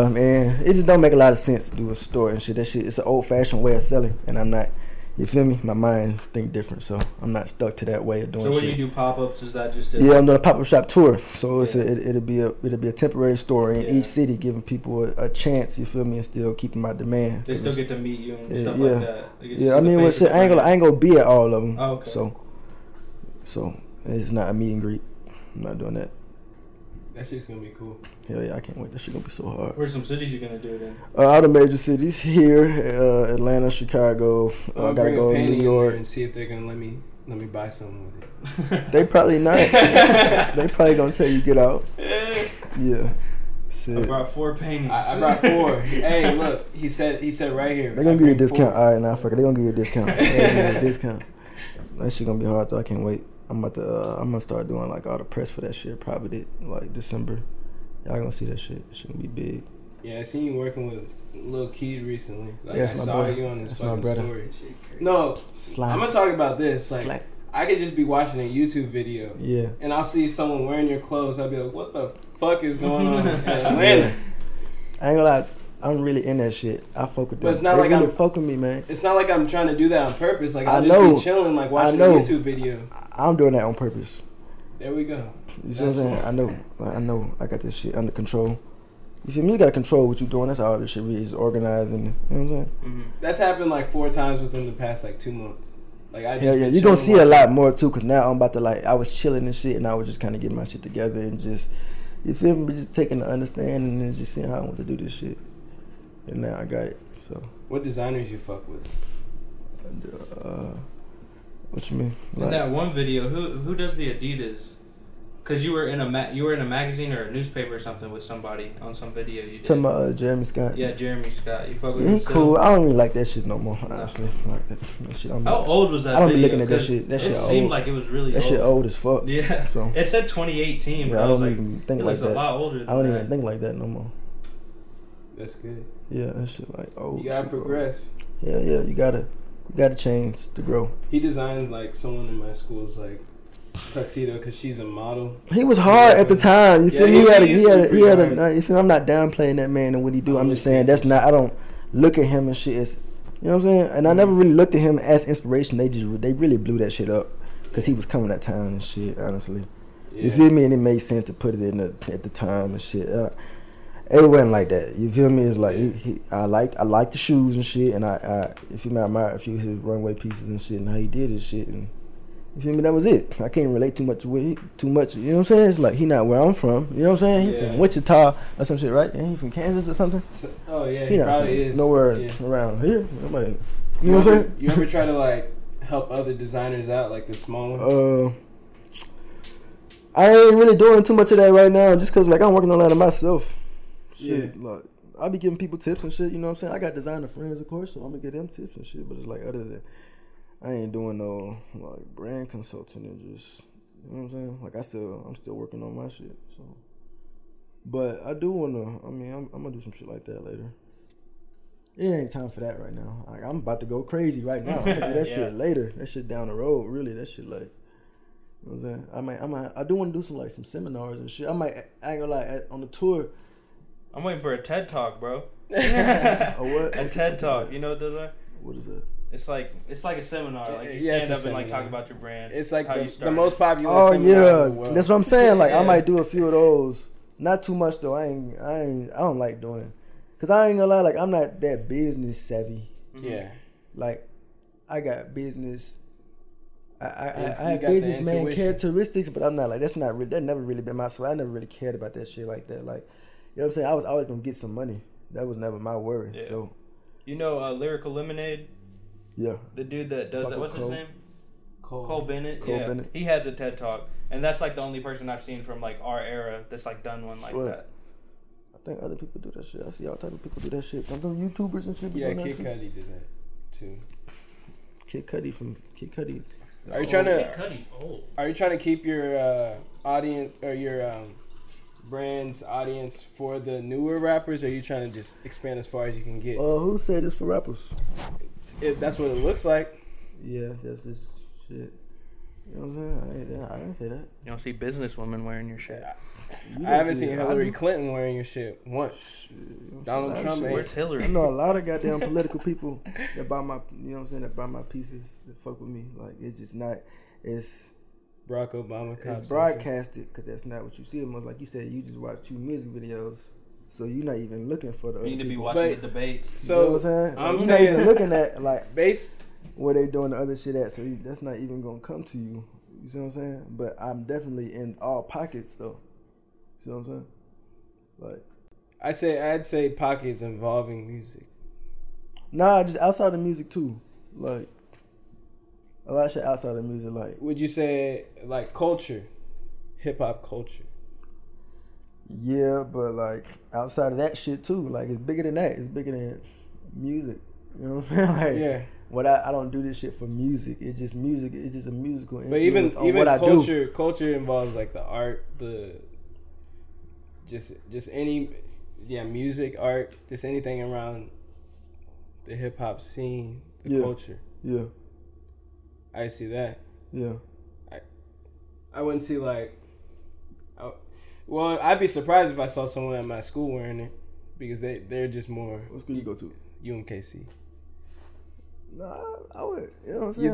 Speaker 3: uh, man, it just don't make a lot of sense to do a store and shit. That shit, it's an old fashioned way of selling, and I'm not. You feel me? My mind think different, so I'm not stuck to that way of doing
Speaker 4: So when
Speaker 3: shit.
Speaker 4: you do pop ups, is that just a
Speaker 3: Yeah, I'm doing a pop up shop tour, so it's
Speaker 4: Yeah.
Speaker 3: a, it, it'll be a it'll be a temporary store in
Speaker 4: Yeah.
Speaker 3: each city, giving people a, a chance. You feel me? And still keeping my demand.
Speaker 4: They
Speaker 3: 'Cause
Speaker 4: still
Speaker 3: it's-
Speaker 4: get to meet you and
Speaker 3: Yeah,
Speaker 4: stuff
Speaker 3: yeah.
Speaker 4: like that. They get to
Speaker 3: yeah,
Speaker 4: see
Speaker 3: I
Speaker 4: the
Speaker 3: mean, well,
Speaker 4: face of
Speaker 3: shit, I ain't gonna I ain't gonna be at all of them.
Speaker 4: Oh, okay.
Speaker 3: So, so it's not a meet and greet. I'm not doing that.
Speaker 2: that shit's gonna be cool.
Speaker 3: Hell yeah, I can't wait. That shit gonna be so hard.
Speaker 4: Where's some cities you're gonna do it in?
Speaker 3: Uh, all the major cities here: uh, Atlanta, Chicago. Uh, I
Speaker 2: I'll
Speaker 3: gotta
Speaker 2: bring a
Speaker 3: go to
Speaker 2: panty in
Speaker 3: New
Speaker 2: there
Speaker 3: York.
Speaker 2: and see if they're gonna let me let me buy something with it.
Speaker 3: They probably not. they probably gonna tell you get out. Yeah,
Speaker 4: I
Speaker 3: shit.
Speaker 4: brought four paintings.
Speaker 2: I, I brought four. hey, look, he said he said right here.
Speaker 3: They're
Speaker 2: I
Speaker 3: gonna give you a
Speaker 2: bring
Speaker 3: discount.
Speaker 2: four.
Speaker 3: All right, nah, fuck it. They're gonna give you a discount. They're gonna give you a discount. That shit gonna be hard though. I can't wait. I'm about to. Uh, I'm gonna start doing like all the press for that shit. Probably like December. Y'all gonna see that shit. It should be big.
Speaker 2: Yeah, I seen you working with Lil Key recently. Like,
Speaker 3: That's
Speaker 2: I
Speaker 3: my
Speaker 2: saw
Speaker 3: boy.
Speaker 2: you on his
Speaker 3: That's my
Speaker 2: fucking
Speaker 3: brother.
Speaker 2: story.
Speaker 5: That shit crazy.
Speaker 2: No, I'm
Speaker 3: Slime.
Speaker 2: gonna talk about this. Like,
Speaker 3: Slap.
Speaker 2: I could just be watching a YouTube video
Speaker 3: Yeah.
Speaker 2: and I'll see someone wearing your clothes. I'll be like, what the fuck is going on in Atlanta?
Speaker 3: I ain't gonna lie. I'm really in that shit. I fuck with them.
Speaker 2: But it's not
Speaker 3: they
Speaker 2: like
Speaker 3: really
Speaker 2: I'm-
Speaker 3: fuck with me, man.
Speaker 2: It's not like I'm trying to do that on purpose. Like, I'll
Speaker 3: I
Speaker 2: just
Speaker 3: know.
Speaker 2: be chilling, like watching a
Speaker 3: know.
Speaker 2: YouTube video.
Speaker 3: I'm doing that on purpose.
Speaker 2: There we go.
Speaker 3: You see
Speaker 2: That's
Speaker 3: what I'm saying? I know. Like, I know. I got this shit under control. You feel me? You gotta control what you doing. That's all this shit really is organizing. You know what I'm saying?
Speaker 4: hmm
Speaker 2: That's happened like four times within the past like two months. Like, I just
Speaker 3: Hell yeah,
Speaker 2: been
Speaker 3: you gonna
Speaker 2: chilling,
Speaker 3: see a
Speaker 2: watching-
Speaker 3: lot more too, cause now I'm about to like I was chilling and shit, and I was just kind of getting my shit together and just you feel me, just taking the understanding and just seeing how I want to do this shit. and now I got it. So,
Speaker 2: What designers you fuck with?
Speaker 3: uh, what you mean?
Speaker 4: In that one video, who who does the Adidas? Cause you were in a ma- you were in a magazine or a newspaper or something with somebody on some video you did.
Speaker 3: talking about uh, Jeremy Scott.
Speaker 4: yeah, Jeremy Scott. You fuck with
Speaker 3: Yeah,
Speaker 4: him
Speaker 3: he
Speaker 4: still?
Speaker 3: cool. I don't really like that shit no more. Honestly, like that, that shit. I'm
Speaker 4: How old was that?
Speaker 3: I don't be
Speaker 4: video?
Speaker 3: looking at that
Speaker 4: 'Cause
Speaker 3: shit. That
Speaker 4: it
Speaker 3: shit
Speaker 4: seemed
Speaker 3: old.
Speaker 4: like it was really
Speaker 3: that
Speaker 4: old.
Speaker 3: shit old as fuck.
Speaker 4: Yeah.
Speaker 3: So
Speaker 4: It said 2018, but
Speaker 3: yeah, I
Speaker 4: I was
Speaker 3: don't
Speaker 4: like,
Speaker 3: even
Speaker 4: it
Speaker 3: think like
Speaker 4: looks a
Speaker 3: that.
Speaker 4: lot older. Than
Speaker 3: I don't
Speaker 4: that.
Speaker 3: even think like that no more.
Speaker 2: That's good.
Speaker 3: Yeah, that shit like old.
Speaker 2: You gotta
Speaker 3: shit, bro.
Speaker 2: progress.
Speaker 3: Yeah, yeah, you gotta, you gotta change to grow.
Speaker 2: He designed like someone in my school's like tuxedo because she's a model.
Speaker 3: He was hard at the time. You
Speaker 2: Yeah,
Speaker 3: feel me?
Speaker 2: he-
Speaker 3: He had
Speaker 2: he
Speaker 3: a, he
Speaker 2: used to
Speaker 3: had
Speaker 2: be
Speaker 3: a, he
Speaker 2: pretty
Speaker 3: had
Speaker 2: hard.
Speaker 3: a, uh, you feel me? I'm not downplaying that man and what he do. I'm just saying that's not. I don't look at him and shit as, you know what I'm saying. And I never really looked at him as inspiration. They just they really blew that shit up because he was coming at time and shit. Honestly.
Speaker 2: Yeah.
Speaker 3: You feel me? And it made sense to put it in the, at the time and shit. Uh, it wasn't like that. You feel me? It's like he, he, I liked I liked the shoes and shit, and I, I if you remember, I admired a few of his runway pieces and shit, and how he did his shit, and you feel me? That was it. I can't relate too much to it, too much. You know what I'm saying? It's like he not where I'm from. You know what I'm saying? He
Speaker 2: Yeah.
Speaker 3: from Wichita or some shit, right? And he from Kansas or something.
Speaker 2: So, oh yeah,
Speaker 3: He
Speaker 2: he,
Speaker 3: not
Speaker 2: probably
Speaker 3: from
Speaker 2: is.
Speaker 3: nowhere
Speaker 2: Yeah.
Speaker 3: around here. Nobody. You know what I'm
Speaker 2: ever-
Speaker 3: saying?
Speaker 2: You ever try to like help other designers out, like the small ones?
Speaker 3: Uh, I ain't really doing too much of that right now, just cause like I'm working on that myself. Shit, like I be giving people tips and shit. You know what I'm saying? I got designer friends, of course, so I'm gonna give them tips and shit. But it's like other than I ain't doing no like brand consulting and just you know what I'm saying. Like I still I'm still working on my shit. So, but I do wanna. I mean, I'm, I'm gonna do some shit like that later. It ain't time for that right now. Like, I'm about to go crazy right now. I'm gonna do that shit later. That shit down the road, really. That shit like. You know what I'm saying? I might, I might, I do want to do some like some seminars and shit. I might, I ain't gonna lie, on the tour
Speaker 4: I'm waiting for a TED talk, bro.
Speaker 3: or what?
Speaker 4: A TED talk. You know what those are?
Speaker 3: What is that?
Speaker 4: It's like it's like a seminar. Like you
Speaker 2: Yeah, it's
Speaker 4: stand
Speaker 2: a
Speaker 4: up and like
Speaker 2: seminar.
Speaker 4: talk about your brand.
Speaker 2: it's like
Speaker 4: how
Speaker 2: the,
Speaker 4: you
Speaker 2: the
Speaker 4: started.
Speaker 2: most popular.
Speaker 3: Oh
Speaker 2: seminar
Speaker 3: yeah,
Speaker 2: in the world.
Speaker 3: that's what I'm saying. Like I
Speaker 4: Yeah.
Speaker 3: might do a few of those. Not too much though. I ain't, I ain't, I don't like doing. Cause I ain't gonna lie, like I'm not that business savvy.
Speaker 2: Yeah,
Speaker 3: Like I got business. I, I,
Speaker 2: Yeah,
Speaker 3: I, I
Speaker 2: you
Speaker 3: have
Speaker 2: got the
Speaker 3: businessman
Speaker 2: intuition.
Speaker 3: characteristics, but I'm not like that's not really that never really been my so I never really cared about that shit like that. Like you know what I'm saying? I was always gonna get some money. That was never my worry.
Speaker 4: Yeah.
Speaker 3: So
Speaker 4: You know, uh, Lyrical Lemonade,
Speaker 3: yeah.
Speaker 4: the dude that does
Speaker 3: Fuck
Speaker 4: that.
Speaker 3: with
Speaker 4: What's his
Speaker 3: Cole.
Speaker 4: name?
Speaker 2: Cole.
Speaker 4: Cole Bennett.
Speaker 3: Cole
Speaker 4: yeah,
Speaker 3: Bennett.
Speaker 4: he has a TED talk, and that's like the only person I've seen from like our era that's like done one like
Speaker 3: Sure.
Speaker 4: that.
Speaker 3: I think other people do that shit. I see all type of people do that shit. Don't them YouTubers and shit. be
Speaker 2: Yeah,
Speaker 3: doing that
Speaker 2: Kid
Speaker 3: shit?
Speaker 2: Cudi did that too.
Speaker 3: Kid Cudi from Kid Cudi.
Speaker 2: Are you trying to
Speaker 4: Cuddy's old.
Speaker 2: Are you trying to keep your uh, audience or your um, brand's audience for the newer rappers? Or are you trying to just expand as far as you can get?
Speaker 3: Uh, who said this for rappers?
Speaker 2: It, that's what it looks like.
Speaker 3: Yeah, that's this shit. You know what I'm saying? I, ain't, I didn't say that.
Speaker 4: You don't see businesswomen wearing your shit.
Speaker 3: You don't
Speaker 2: I haven't
Speaker 3: see
Speaker 2: seen
Speaker 3: it.
Speaker 2: Hillary
Speaker 3: do.
Speaker 2: Clinton wearing your shit once.
Speaker 3: You don't see
Speaker 2: Donald
Speaker 3: a lot of
Speaker 2: Trump
Speaker 3: shit.
Speaker 2: ain't-
Speaker 4: Where's Hillary?
Speaker 3: I know a lot of goddamn political people that buy my, you know what I'm saying, that buy my pieces that fuck with me. Like it's just not, it's
Speaker 2: Barack Obama. cop
Speaker 3: it's
Speaker 2: session.
Speaker 3: broadcasted because that's not what you see. Most like you said, you just watch two music videos, so you're not even looking for the.
Speaker 4: You need to be
Speaker 3: people.
Speaker 4: watching
Speaker 2: But-
Speaker 4: the debates.
Speaker 3: You know
Speaker 2: So
Speaker 3: what I'm
Speaker 2: I'm
Speaker 3: saying? Like, you're
Speaker 2: saying-
Speaker 3: not even looking at like
Speaker 2: based,
Speaker 3: where they doing the other shit at, so you, that's not even gonna come to you. You see what I'm saying? But I'm definitely in all pockets though. See what I'm saying? Like,
Speaker 2: I say I'd say pockets involving music.
Speaker 3: nah, just outside of music too. Like, a lot of shit outside of music. Like,
Speaker 2: Would you say like culture, hip hop culture?
Speaker 3: yeah, but like outside of that shit too. Like, it's bigger than that. It's bigger than music. You know what I'm saying? Like,
Speaker 2: Yeah,
Speaker 3: What I, I don't do this shit for music. It's just music. It's just a musical
Speaker 2: but
Speaker 3: influence
Speaker 2: even
Speaker 3: on
Speaker 2: even
Speaker 3: what I do.
Speaker 2: culture culture involves like the art, the just just any yeah music, art, just anything around the hip hop scene, the
Speaker 3: Yeah.
Speaker 2: culture.
Speaker 3: Yeah,
Speaker 2: I see that.
Speaker 3: yeah.
Speaker 2: I wouldn't see like, I, well, I'd be surprised if I saw someone at my school wearing it because they they're just more
Speaker 3: What school you go to?
Speaker 2: UMKC.
Speaker 3: Nah, I would. You know what I'm saying?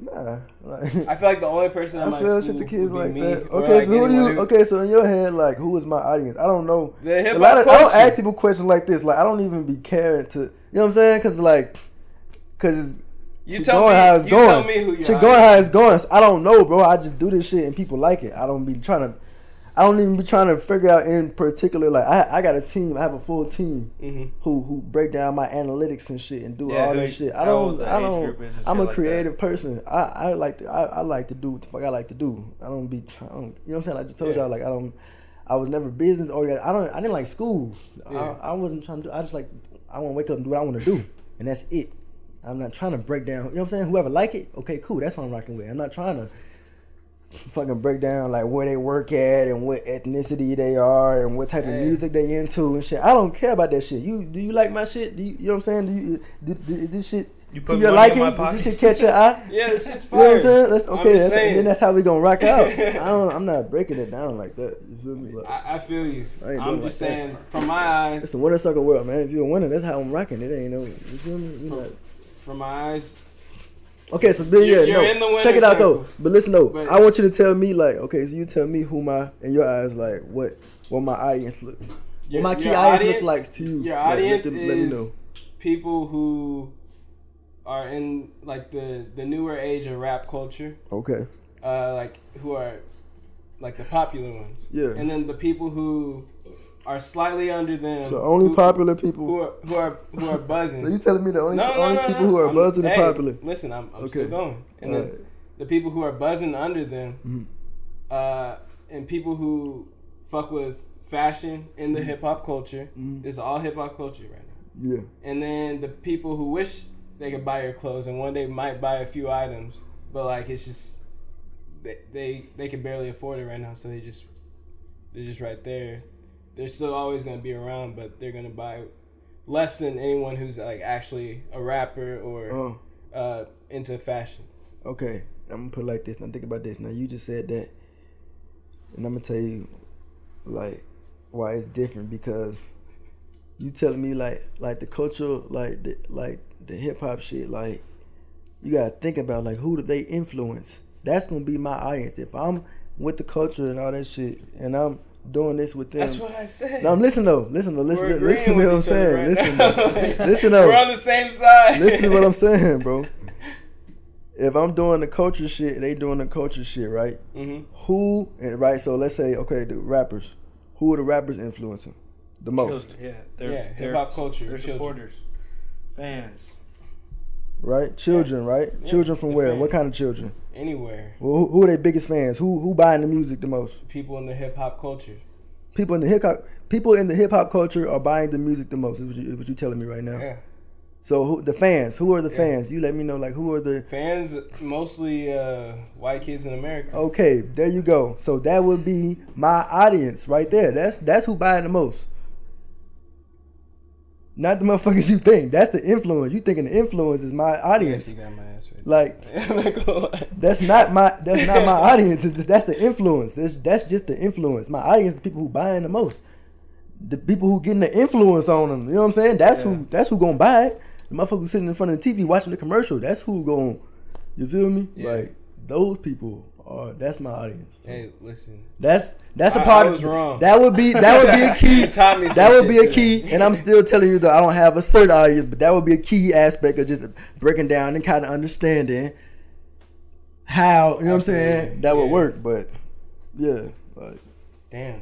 Speaker 2: You
Speaker 3: Like, nah. Like,
Speaker 2: I feel like the only person at
Speaker 3: I
Speaker 2: my
Speaker 3: sell
Speaker 2: school
Speaker 3: shit to kids
Speaker 2: would
Speaker 3: like
Speaker 2: be me
Speaker 3: that.
Speaker 2: or,
Speaker 3: Okay,
Speaker 2: like,
Speaker 3: so who do
Speaker 2: anyone
Speaker 3: you? Okay, so in your head, like, who is my audience? I don't know.
Speaker 2: The hip
Speaker 3: A
Speaker 2: hop
Speaker 3: lot of I don't
Speaker 2: culture.
Speaker 3: ask people questions like this. Like, I don't even be caring to. You know what I'm saying? Because like, because
Speaker 2: You
Speaker 3: shit
Speaker 2: tell
Speaker 3: going
Speaker 2: me-
Speaker 3: how it's
Speaker 2: you
Speaker 3: going.
Speaker 2: tell me who your
Speaker 3: Shit going how
Speaker 2: audience
Speaker 3: it's going. I don't know, bro. I just do this shit and people like it. I don't be trying to. I don't even be trying to figure out in particular. Like I, I got a team. I have a full team
Speaker 2: Mhm.
Speaker 3: who who break down my analytics and shit and do
Speaker 4: Yeah,
Speaker 3: all
Speaker 4: who-
Speaker 3: that shit. I
Speaker 4: how
Speaker 3: don't.
Speaker 4: old the
Speaker 3: I
Speaker 4: age group
Speaker 3: don't.
Speaker 4: is and
Speaker 3: I'm
Speaker 4: shit
Speaker 3: a
Speaker 4: like that.
Speaker 3: creative person. I, I like to. I, I like to do what the fuck I like to do. I don't be. try- I don't, you know what I'm saying? I just told
Speaker 2: Yeah.
Speaker 3: y'all like I don't. I was never business or I don't. I didn't like school.
Speaker 2: Yeah.
Speaker 3: I, I wasn't trying to do. I just like. I want to wake up and do what I want to do, and that's it. I'm not trying to break down. You know what I'm saying? Whoever like it, okay, cool. That's what I'm rocking with. I'm not trying to fucking break down like where they work at and what ethnicity they are and what type
Speaker 2: Yeah.
Speaker 3: of music they into and shit. I don't care about that shit. You do you like my shit? Do you, you know what I'm saying? Do you do, do, is this shit
Speaker 4: You
Speaker 3: to
Speaker 4: put
Speaker 3: your
Speaker 4: money in
Speaker 3: liking?
Speaker 4: my
Speaker 3: Does this
Speaker 4: pockets.
Speaker 3: shit catch your eye?
Speaker 2: Yeah, this shit's
Speaker 3: You know what
Speaker 2: fire.
Speaker 3: I'm saying? That's,
Speaker 2: I'm
Speaker 3: okay,
Speaker 2: just
Speaker 3: that's,
Speaker 2: saying.
Speaker 3: then that's how we gonna rock out. I don't, I'm not breaking it down like that. You feel me? Like,
Speaker 2: I, I feel you.
Speaker 3: I ain't
Speaker 2: I'm
Speaker 3: doing
Speaker 2: just
Speaker 3: like that.
Speaker 2: saying, from my eyes,
Speaker 3: it's a winner sucker world, man. If you're a winner, that's how I'm rocking. It ain't no. You feel me? We not-
Speaker 2: from my eyes,
Speaker 3: Okay, so then
Speaker 2: You're-
Speaker 3: yeah,
Speaker 2: you're
Speaker 3: no.
Speaker 2: in the winner's
Speaker 3: Check it out though.
Speaker 2: circle.
Speaker 3: But listen though,
Speaker 2: But-
Speaker 3: I want you to tell me like, okay, so you tell me who my in your eyes like what what my audience look,
Speaker 2: your,
Speaker 3: what my key
Speaker 2: your
Speaker 3: audience, looks like to you.
Speaker 2: Your
Speaker 3: Like, let
Speaker 2: audience
Speaker 3: them-
Speaker 2: is people who are in like the the newer age of rap culture,
Speaker 3: Okay,
Speaker 2: uh, like who are like the popular ones.
Speaker 3: Yeah.
Speaker 2: And then the people who are slightly under them.
Speaker 3: so only
Speaker 2: who,
Speaker 3: popular
Speaker 2: who
Speaker 3: people.
Speaker 2: are who are who are buzzing.
Speaker 3: So you telling me the only,
Speaker 2: no, no,
Speaker 3: only
Speaker 2: no,
Speaker 3: people
Speaker 2: no.
Speaker 3: who are
Speaker 2: I'm-
Speaker 3: buzzing and
Speaker 2: hey,
Speaker 3: popular?
Speaker 2: Listen, I'm, I'm
Speaker 3: Okay.
Speaker 2: still going. And then
Speaker 3: Alright.
Speaker 2: the people who are buzzing under them, uh, and people who fuck with fashion in the hip hop culture.
Speaker 3: Mhm.
Speaker 2: This is all hip hop culture right now.
Speaker 3: Yeah,
Speaker 2: And then the people who wish they could buy your clothes and one day might buy a few items, but like it's just they they, they can barely afford it right now, so they just they're just right there. They're still always gonna be around, but they're gonna buy less than anyone who's like actually a rapper or
Speaker 3: oh,
Speaker 2: uh, into fashion.
Speaker 3: okay. I'm gonna put it like this. Now think about this. Now you just said that, and I'm gonna tell you like why it's different because you telling me like like the culture like the, like the hip hop shit like you gotta think about like who do they influence that's gonna be my audience if i'm with the culture and all that shit and i'm doing this with them
Speaker 2: That's what I said.
Speaker 3: no, listen though. Listen though.
Speaker 2: We're
Speaker 3: Listen,
Speaker 2: agreeing
Speaker 3: listen to what
Speaker 2: with
Speaker 3: I'm
Speaker 2: each other
Speaker 3: saying.
Speaker 2: right
Speaker 3: listen,
Speaker 2: now.
Speaker 3: though. listen though.
Speaker 2: We're on the same side.
Speaker 3: Listen to what I'm saying, bro. If I'm doing the culture shit, they doing the culture shit, right?
Speaker 2: Mhm.
Speaker 3: Who and right? So let's say, okay, the rappers. Who are the rappers influencing the most?
Speaker 4: Yeah,
Speaker 2: Yeah, hip-hop culture,
Speaker 4: They're
Speaker 2: children.
Speaker 4: supporters, fans.
Speaker 3: Right? Children, right?
Speaker 2: Yeah,
Speaker 3: Children from
Speaker 2: the
Speaker 3: where?
Speaker 2: fans.
Speaker 3: What kind of children?
Speaker 2: Anywhere,
Speaker 3: Well, who, who are their biggest fans? Who who buying the music the most?
Speaker 2: people in the hip hop culture.
Speaker 3: People in the hip hop people in the hip hop culture are buying the music the most. Is what, you, is what you telling me right now?
Speaker 2: Yeah.
Speaker 3: So who, the fans? Who are the
Speaker 2: Yeah.
Speaker 3: fans? You let me know. Like who are the
Speaker 2: Fans mostly uh, white kids in America.
Speaker 3: Okay, there you go. So that would be my audience right there. That's that's who buying the most. Not the motherfuckers you think. That's the influence. You thinking the influence is my audience?
Speaker 2: She got my ass right
Speaker 3: Like
Speaker 2: there. I'm not gonna lie.
Speaker 3: that's not my that's not my audience. It's just- that's the influence. That's, that's just the influence. My audience is the people who buying the most. The people who getting the influence on them. You know what I'm saying? That's
Speaker 2: Yeah.
Speaker 3: who that's who gonna buy it. The motherfucker sitting in front of the TV watching the commercial. That's who gonna. You feel me?
Speaker 2: Yeah.
Speaker 3: Like those people are. That's my audience.
Speaker 2: Hey, listen.
Speaker 3: That's that's a
Speaker 2: I-
Speaker 3: part
Speaker 2: I
Speaker 3: of
Speaker 2: was wrong.
Speaker 3: that would be that would be a key
Speaker 2: You taught me some
Speaker 3: that would be
Speaker 2: shit
Speaker 3: a key
Speaker 2: today.
Speaker 3: and I'm still telling you that I don't have a certain audience but that would be a key aspect of just breaking down and kind of understanding how you know what I'm saying
Speaker 2: Absolutely.
Speaker 3: that would
Speaker 2: Yeah.
Speaker 3: work but yeah like
Speaker 2: Damn.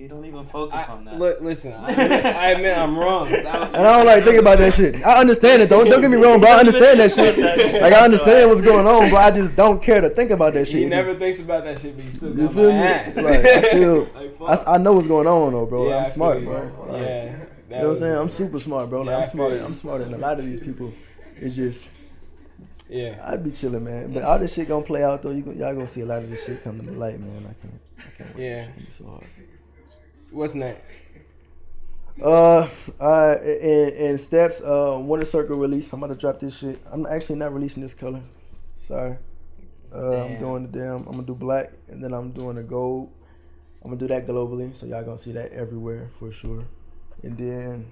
Speaker 4: You don't even focus
Speaker 2: I,
Speaker 4: on that.
Speaker 2: look, listen. I admit, I admit I'm wrong. That was-
Speaker 3: and I don't like think about that shit I understand it don't don't get me wrong but I understand that shit like I understand what's going on but I just don't care to think about that shit
Speaker 2: he
Speaker 3: It
Speaker 2: never
Speaker 3: just-
Speaker 2: thinks about that shit, but he still
Speaker 3: you
Speaker 2: got
Speaker 3: feel
Speaker 2: my
Speaker 3: me
Speaker 2: ass.
Speaker 3: like I still
Speaker 2: Like, fuck.
Speaker 3: I, I know what's going on though bro
Speaker 2: Yeah, I
Speaker 3: I'm
Speaker 2: feel
Speaker 3: smart
Speaker 2: you.
Speaker 3: bro
Speaker 2: Yeah. that
Speaker 3: Like, You know what
Speaker 2: was-
Speaker 3: I'm saying? I'm super smart, bro. Like,
Speaker 2: Yeah, I
Speaker 3: I'm
Speaker 2: feel
Speaker 3: smarter.
Speaker 2: you.
Speaker 3: I'm smarter than a lot of these people. It's just
Speaker 2: Yeah.
Speaker 3: I'd be chilling, man. But all this shit gonna play out though. You go- y'all gonna see a lot of this shit come to light, man. I can't. I can't wait.
Speaker 2: Yeah.
Speaker 3: This shit be so hard.
Speaker 2: What's next?
Speaker 3: Uh, uh, and, and steps. Uh, Winter Circle release. I'm about to drop this shit. I'm actually not releasing this color. Sorry. Uh, I'm
Speaker 4: Damn.
Speaker 3: doing the damn. I'm gonna do black, and then I'm doing the gold. I'm gonna do that globally, so y'all gonna see that everywhere for sure. And then,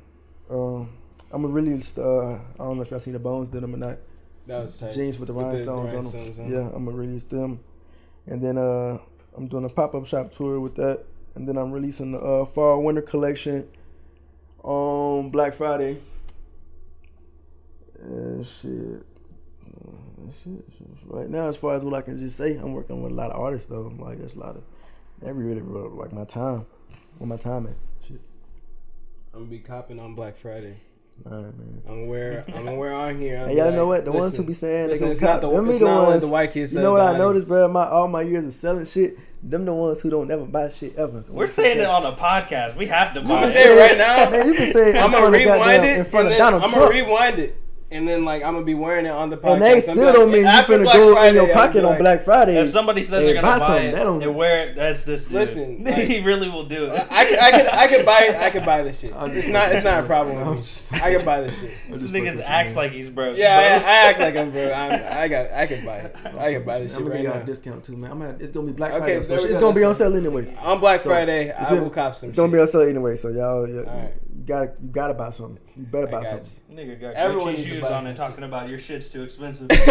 Speaker 3: um, I'm gonna really. Uh, I don't know if y'all seen the bones denim or not.
Speaker 2: That was tight.
Speaker 3: jeans with the
Speaker 2: With the
Speaker 3: rhinestones,
Speaker 2: rhinestones
Speaker 3: on
Speaker 2: on
Speaker 3: them. Yeah, I'm gonna release them, and then uh, I'm doing a pop up shop tour with that, and then I'm releasing the uh, fall winter collection on Black Friday. And shit. Uh, that's it. Right now, as far as what I can just say, I'm working with a lot of artists though. Like there's a lot of That really wrote like my time. Where my time at? Shit.
Speaker 2: I'm gonna be copping on Black Friday.
Speaker 3: All right, man.
Speaker 2: I'm aware. I'm aware on here. I'm
Speaker 3: And y'all
Speaker 2: like,
Speaker 3: know what? The ones
Speaker 2: listen,
Speaker 3: who be saying they
Speaker 2: listen,
Speaker 3: gonna
Speaker 2: it's
Speaker 3: cop.
Speaker 2: not the,
Speaker 3: them be
Speaker 2: it's
Speaker 3: the
Speaker 2: not what
Speaker 3: ones.
Speaker 2: the white kids.
Speaker 3: you
Speaker 2: said
Speaker 3: know what I
Speaker 2: about it.
Speaker 3: noticed, bro? My all my years of selling shit. Them the ones who don't never buy shit ever.
Speaker 6: We're saying it on a podcast. We have to
Speaker 2: I'm
Speaker 6: buy
Speaker 2: gonna
Speaker 6: it.
Speaker 2: say it right now.
Speaker 3: Man, you can say it in
Speaker 2: I'm
Speaker 3: front
Speaker 2: gonna
Speaker 3: of
Speaker 2: rewind
Speaker 3: goddamn,
Speaker 2: it
Speaker 3: in front
Speaker 2: and
Speaker 3: of
Speaker 2: then
Speaker 3: Donald
Speaker 2: I'm
Speaker 3: Trump.
Speaker 2: gonna rewind it, and then like I'm gonna be wearing it on the podcast.
Speaker 3: and they
Speaker 2: I'll be
Speaker 3: still
Speaker 2: like,
Speaker 3: don't mean you
Speaker 2: after
Speaker 3: finna
Speaker 2: Black
Speaker 3: go in
Speaker 2: Friday, I'll
Speaker 3: your
Speaker 2: be
Speaker 3: pocket on
Speaker 2: like,
Speaker 3: Black Friday.
Speaker 6: If somebody says
Speaker 3: Hey,
Speaker 6: they're gonna
Speaker 3: buy
Speaker 6: buy,
Speaker 3: something,
Speaker 6: it
Speaker 3: that don't-
Speaker 6: and wear it, that's this dude.
Speaker 2: Listen,
Speaker 6: he really will do it.
Speaker 2: I, could- I could I could buy it. I could buy this shit. It's not it's not a problem
Speaker 3: I'm
Speaker 2: with
Speaker 3: just-
Speaker 2: me. I could buy this shit.
Speaker 3: I'm
Speaker 6: this
Speaker 3: just
Speaker 6: nigga
Speaker 3: fucking
Speaker 6: acts
Speaker 3: with
Speaker 6: like he's broke.
Speaker 2: Yeah, I,
Speaker 6: bro.
Speaker 2: I act like I'm bro. I'm, I got I could buy it. I could buy this shit
Speaker 3: you. I'm gonna
Speaker 2: right
Speaker 3: give y'all a
Speaker 2: now.
Speaker 3: discount too, man. I'm gonna, it's gonna be Black
Speaker 2: Okay,
Speaker 3: Friday,
Speaker 2: there
Speaker 3: so
Speaker 2: we
Speaker 3: shit- it's
Speaker 2: go.
Speaker 3: gonna be on sale anyway.
Speaker 2: On Black
Speaker 3: So,
Speaker 2: Friday,
Speaker 3: it's
Speaker 2: I
Speaker 3: in-
Speaker 2: will cop some.
Speaker 3: It's gonna be
Speaker 2: shit.
Speaker 3: on sale anyway, so y'all, y'all
Speaker 2: All right.
Speaker 3: you gotta you gotta buy something. You better
Speaker 2: I
Speaker 3: buy
Speaker 2: got
Speaker 3: something.
Speaker 2: you.
Speaker 6: Nigga got
Speaker 2: Everyone
Speaker 6: Gucci
Speaker 2: needs to
Speaker 6: shoes
Speaker 2: buy
Speaker 6: on
Speaker 2: some
Speaker 6: and talking
Speaker 2: shit.
Speaker 6: about your shit's too expensive.
Speaker 2: This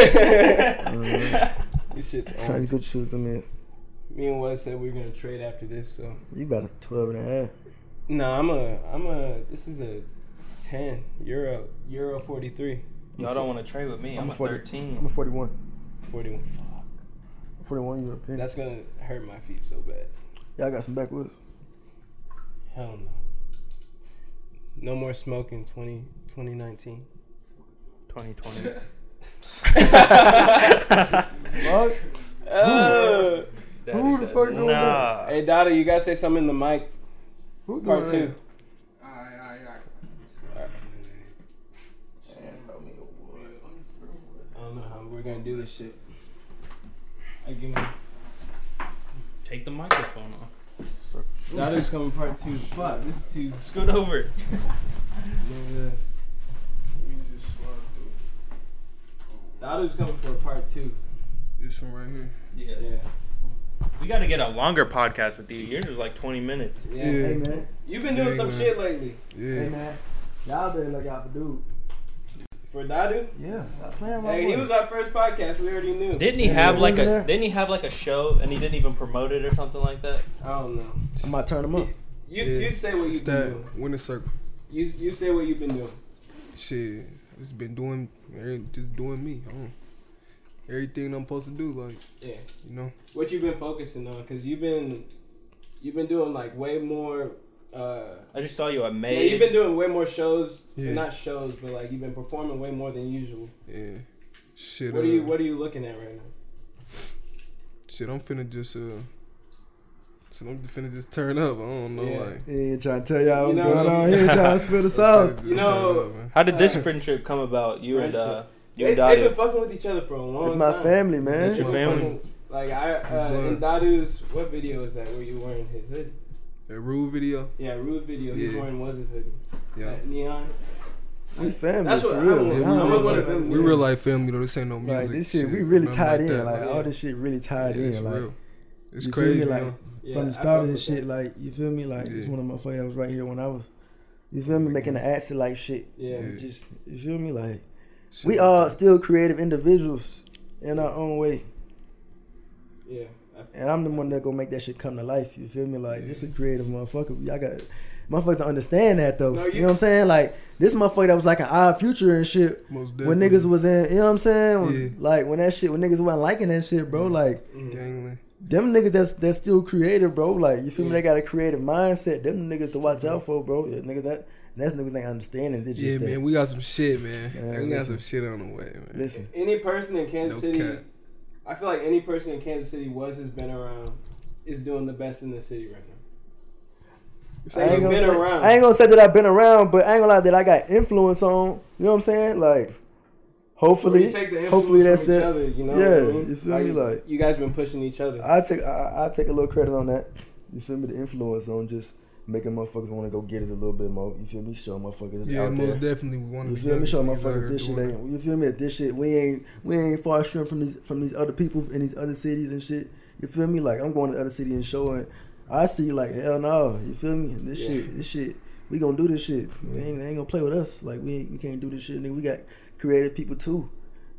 Speaker 2: shit's
Speaker 3: Trying
Speaker 2: on.
Speaker 3: to good shoes them in.
Speaker 2: Me and Wes said we are gonna trade after this, so
Speaker 3: You about a 12 and a half.
Speaker 2: no, I'm a I'm a this is a ten euro euro 43
Speaker 6: Y'all don't want to trade with me. I'm,
Speaker 3: I'm
Speaker 6: a
Speaker 3: a 40.
Speaker 6: 13.
Speaker 3: I'm a 41.
Speaker 2: 41. Fuck.
Speaker 3: 41 European.
Speaker 2: That's gonna hurt my feet so bad.
Speaker 3: y'all got some backwoods.
Speaker 2: Hell no. No more smoking 20, 2019.
Speaker 6: 2020.
Speaker 3: Fuck.
Speaker 2: Oh.
Speaker 3: Who the fuck doing that?
Speaker 6: Nah.
Speaker 2: Hey, Dada, you gotta say something in the mic.
Speaker 3: Who doing
Speaker 2: Part
Speaker 3: that?
Speaker 2: two.
Speaker 5: Alright, alright, alright.
Speaker 2: I don't know how we're gonna do this shit. I give him.
Speaker 6: Take the microphone off.
Speaker 2: Dada's coming part two. Fuck, this is too.
Speaker 6: Scoot over.
Speaker 2: Dada's coming for part two.
Speaker 7: This one right here.
Speaker 6: Yeah.
Speaker 2: Yeah.
Speaker 6: We got to get a longer podcast with you. Yours was like 20 minutes.
Speaker 2: Yeah.
Speaker 7: Yeah.
Speaker 3: Hey, man.
Speaker 2: You've been doing
Speaker 7: Yeah,
Speaker 2: some
Speaker 7: man.
Speaker 2: shit lately.
Speaker 3: Hey,
Speaker 7: Yeah.
Speaker 3: man. Y'all better look out for dude.
Speaker 2: For Dadu?
Speaker 3: Yeah. Stop playing my
Speaker 2: Hey, he was our first podcast. We already knew.
Speaker 6: Didn't he
Speaker 3: Yeah,
Speaker 6: have
Speaker 3: he
Speaker 6: like
Speaker 3: was
Speaker 6: a
Speaker 3: there.
Speaker 6: Didn't he have like a show and he didn't even promote it or something like that?
Speaker 2: I don't know.
Speaker 3: I'm about to turn him up.
Speaker 2: You
Speaker 7: Yeah.
Speaker 2: you say what
Speaker 7: It's
Speaker 2: you've been
Speaker 7: that
Speaker 2: doing.
Speaker 7: winner circle.
Speaker 2: You you say what you've been doing.
Speaker 7: Shit. I've just been doing, every- just doing me. I don't- Everything I'm supposed to do, like,
Speaker 2: Yeah.
Speaker 7: you know.
Speaker 2: What you've been focusing on? Cause you've been you've been doing like way more. Uh,
Speaker 6: I just saw you at
Speaker 2: yeah,
Speaker 6: May.
Speaker 2: you've been doing way more shows.
Speaker 7: Yeah.
Speaker 2: Not shows, but like you've been performing way more than usual.
Speaker 7: Yeah. Shit.
Speaker 2: What
Speaker 7: uh,
Speaker 2: are you What are you looking at right now?
Speaker 7: Shit, I'm finna just, uh, shit, I'm finna just turn up. I don't know,
Speaker 2: Yeah.
Speaker 7: like.
Speaker 3: He ain't trying to tell y'all what's
Speaker 2: You know-
Speaker 3: going on. He ain't trying to spill the
Speaker 7: I'm
Speaker 3: sauce.
Speaker 7: finna just
Speaker 2: You
Speaker 7: turn
Speaker 2: know-
Speaker 7: up, man.
Speaker 6: How did this friendship come about? You and uh,
Speaker 2: Friendship.
Speaker 6: you
Speaker 2: They,
Speaker 6: and
Speaker 2: they've been
Speaker 6: Dadu.
Speaker 2: fucking with each other for a long time.
Speaker 3: It's my family,
Speaker 7: That's
Speaker 3: man.
Speaker 6: your family.
Speaker 2: Like I uh,
Speaker 7: Blood.
Speaker 2: in Dadu's what video is that where you wearing his hoodie?
Speaker 7: That rule video.
Speaker 2: Yeah, rude video. He's
Speaker 7: Yeah.
Speaker 2: wearing was his hoodie.
Speaker 7: Yeah.
Speaker 2: That neon.
Speaker 3: We family.
Speaker 2: That's what
Speaker 3: for
Speaker 2: I
Speaker 3: real.
Speaker 2: want.
Speaker 3: I don't
Speaker 7: I'm
Speaker 3: know
Speaker 7: one of
Speaker 3: if I
Speaker 2: them-
Speaker 7: We
Speaker 3: understand.
Speaker 7: real life family though. This ain't no music.
Speaker 3: Like this shit, we
Speaker 7: or
Speaker 3: really
Speaker 7: nothing
Speaker 3: tied in.
Speaker 7: that,
Speaker 3: Like
Speaker 7: man.
Speaker 3: all this shit really tied
Speaker 7: Yeah,
Speaker 3: in.
Speaker 7: it's
Speaker 3: Like
Speaker 7: real. It's
Speaker 3: you
Speaker 7: crazy.
Speaker 3: feel me?
Speaker 7: you
Speaker 3: Like
Speaker 7: know?
Speaker 2: Yeah,
Speaker 3: from the
Speaker 2: I
Speaker 3: start
Speaker 2: fuck
Speaker 3: of
Speaker 2: with
Speaker 3: this
Speaker 2: that.
Speaker 3: shit, like you feel me? Like it's
Speaker 7: Yeah.
Speaker 3: one of my fucking I was right here when I was you feel me, making the acid like shit.
Speaker 2: Yeah.
Speaker 3: And Just you feel me? Like
Speaker 7: Shit.
Speaker 3: we uh, are still creative individuals in our own way.
Speaker 2: Yeah. I
Speaker 3: And I'm the one that gonna make that shit come to life. You feel me? Like this a creative motherfucker. Y'all got motherfuckers to understand that though.
Speaker 2: No,
Speaker 3: you,
Speaker 2: you-
Speaker 3: know what I'm saying? Like this motherfucker that was like an odd future and shit.
Speaker 7: Most
Speaker 3: When niggas
Speaker 7: definitely.
Speaker 3: was in, you know what I'm saying?
Speaker 7: Yeah.
Speaker 3: Like when that shit, when niggas wasn't liking that shit, bro. Like
Speaker 2: mm.
Speaker 7: Gangland.
Speaker 3: them niggas that's that's still creative, bro. Like you feel me? They got a creative mindset. Them niggas to watch out for, bro. Yeah, niggas that that's niggas that understanding. They just
Speaker 7: Yeah,
Speaker 3: that-
Speaker 7: man, we got some shit, man.
Speaker 3: Man,
Speaker 7: we got
Speaker 3: listen.
Speaker 7: some shit on the way, man.
Speaker 3: Listen,
Speaker 2: any person in Kansas
Speaker 7: No
Speaker 2: City,
Speaker 7: cap.
Speaker 2: I feel like any person in Kansas City was has been around is doing the best in the city right now.
Speaker 7: It's
Speaker 3: I
Speaker 2: Like,
Speaker 3: ain't,
Speaker 7: tough.
Speaker 3: gonna
Speaker 2: been
Speaker 3: say,
Speaker 2: around.
Speaker 3: I ain't gonna say that I've been around, but I ain't gonna lie that I got influence on. You know what I'm saying? Like, hopefully,
Speaker 2: We take the influence
Speaker 3: hopefully that's
Speaker 2: from each
Speaker 3: that.
Speaker 2: Other, you know,
Speaker 3: yeah,
Speaker 2: what I mean?
Speaker 3: you feel me? Like-
Speaker 2: you guys been pushing each other.
Speaker 3: I take I, I take a little credit on that. You feel me? The influence on just making motherfuckers want to go get it a little bit more. You feel me? Show motherfuckers it's
Speaker 7: Yeah,
Speaker 3: out there.
Speaker 7: most definitely we want to
Speaker 3: You
Speaker 7: be
Speaker 3: feel me?
Speaker 7: doing
Speaker 3: Show
Speaker 7: these things out
Speaker 3: motherfuckers
Speaker 7: here
Speaker 3: this shit
Speaker 7: doing it.
Speaker 3: ain't. You feel me? This shit we ain't we ain't far shrimp from these from these other people in these other cities and shit. You feel me? Like I'm going to the other city and showing. I see like hell no. You feel me? This
Speaker 2: Yeah.
Speaker 3: shit, this shit. We gonna do this shit. They ain't, they ain't gonna play with us. Like we ain't, we can't do this shit. Nigga, we got creative people too.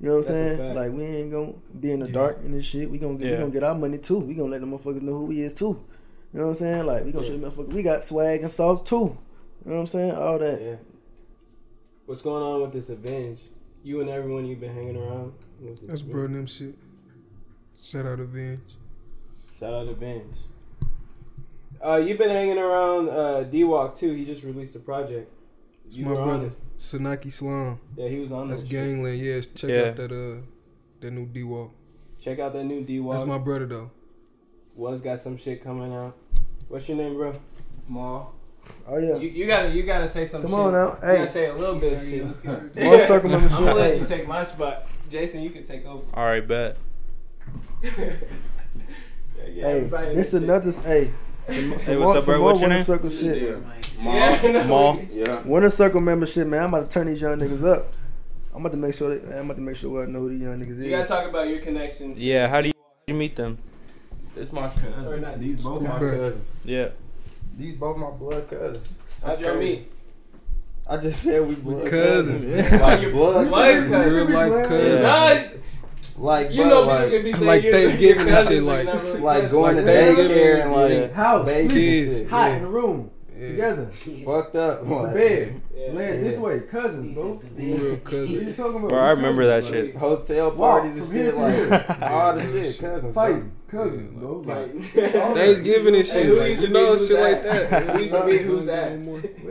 Speaker 3: You know what I'm
Speaker 2: That's a
Speaker 3: saying?
Speaker 2: fact.
Speaker 3: Like we ain't gonna be in the
Speaker 7: Yeah.
Speaker 3: dark and this shit. We gonna get, we
Speaker 6: Yeah.
Speaker 3: gonna get our money too. We gonna let the motherfuckers know who we is too. You know what I'm saying? Like we gonna show the motherfuckers we got swag and sauce too. You know what I'm saying? All that.
Speaker 2: yeah. What's going on with this Avenge? You and everyone you've been hanging around. With
Speaker 7: That's bro them shit. Shout out Avenge.
Speaker 2: Shout out Avenge. Uh, you've been hanging around uh, D Walk too. He just released a project.
Speaker 7: It's
Speaker 2: You
Speaker 7: my
Speaker 2: were on
Speaker 7: brother,
Speaker 2: it.
Speaker 7: Sanaki Slime.
Speaker 2: Yeah, he was on
Speaker 7: That's
Speaker 2: that Oh, shit.
Speaker 7: gangland. Yeah, check
Speaker 4: Yeah.
Speaker 7: out that uh that new D Walk.
Speaker 2: Check out that new D
Speaker 7: That's
Speaker 2: Walk.
Speaker 7: my brother though.
Speaker 2: Was got some shit coming out. What's your name, bro?
Speaker 8: Maul.
Speaker 3: Oh yeah.
Speaker 8: You, you gotta you gotta say some
Speaker 3: Come
Speaker 8: shit.
Speaker 3: on now.
Speaker 8: You
Speaker 3: Hey.
Speaker 8: gotta say a little bit of shit.
Speaker 3: One circle on the
Speaker 8: I'm gonna
Speaker 3: shit.
Speaker 8: let you
Speaker 3: Hey,
Speaker 8: take my spot. Jason, you can take over.
Speaker 4: All right, bet.
Speaker 8: yeah, yeah,
Speaker 3: hey,
Speaker 8: everybody in
Speaker 3: this
Speaker 8: this
Speaker 3: another. Hey,
Speaker 4: Hey, what's up, bro? What's your
Speaker 3: Winter
Speaker 4: name?
Speaker 3: Circle shit.
Speaker 8: shit. Yeah, no,
Speaker 4: Maul.
Speaker 1: Yeah.
Speaker 3: Winter Circle membership, man. I'm about to turn these young niggas up. I'm about to make sure. That, man, I'm about to make sure I know who these young niggas
Speaker 2: You gotta
Speaker 3: is.
Speaker 2: talk about your connection. to-
Speaker 4: Yeah, how do you, you meet them?
Speaker 1: It's my cousin.
Speaker 8: Or not.
Speaker 1: These both my
Speaker 7: Scuba.
Speaker 1: cousins.
Speaker 4: Yeah.
Speaker 1: These both my blood cousins.
Speaker 2: How'd y'all
Speaker 1: crazy.
Speaker 2: meet?
Speaker 1: I just said we blood
Speaker 7: cousins.
Speaker 1: like blood
Speaker 2: blood
Speaker 1: cousins.
Speaker 2: cousins.
Speaker 7: Real life cousin.
Speaker 4: Yeah.
Speaker 2: Nah,
Speaker 1: Like
Speaker 2: you
Speaker 1: bro,
Speaker 2: know people
Speaker 1: like,
Speaker 2: can be saying
Speaker 7: like
Speaker 2: you're-
Speaker 7: Thanksgiving and
Speaker 2: your cousins,
Speaker 7: shit,
Speaker 2: but
Speaker 7: like-
Speaker 2: not really
Speaker 1: like
Speaker 2: cousins.
Speaker 1: going to
Speaker 3: Thanksgiving.
Speaker 1: daycare and like
Speaker 3: House,
Speaker 1: baking
Speaker 7: kids.
Speaker 1: shit.
Speaker 7: Hot in
Speaker 3: the room,
Speaker 7: Yeah.
Speaker 1: Fucked up. Like,
Speaker 2: Yeah.
Speaker 1: Land this
Speaker 3: way, cousins,
Speaker 7: Real cousin.
Speaker 3: talking about?
Speaker 4: Bro, I remember that shit.
Speaker 1: Hotel
Speaker 3: Wow,
Speaker 1: parties and
Speaker 3: from here
Speaker 1: shit.
Speaker 3: to
Speaker 1: Like all the shit. Cousins. bro.
Speaker 7: cousins, bro.
Speaker 2: Like,
Speaker 7: Thanksgiving and
Speaker 2: Hey,
Speaker 7: shit,
Speaker 2: who
Speaker 7: like,
Speaker 2: used to
Speaker 7: you know,
Speaker 2: be who's
Speaker 7: shit like
Speaker 2: that?
Speaker 7: that.
Speaker 2: Who used to be who's that?
Speaker 1: We,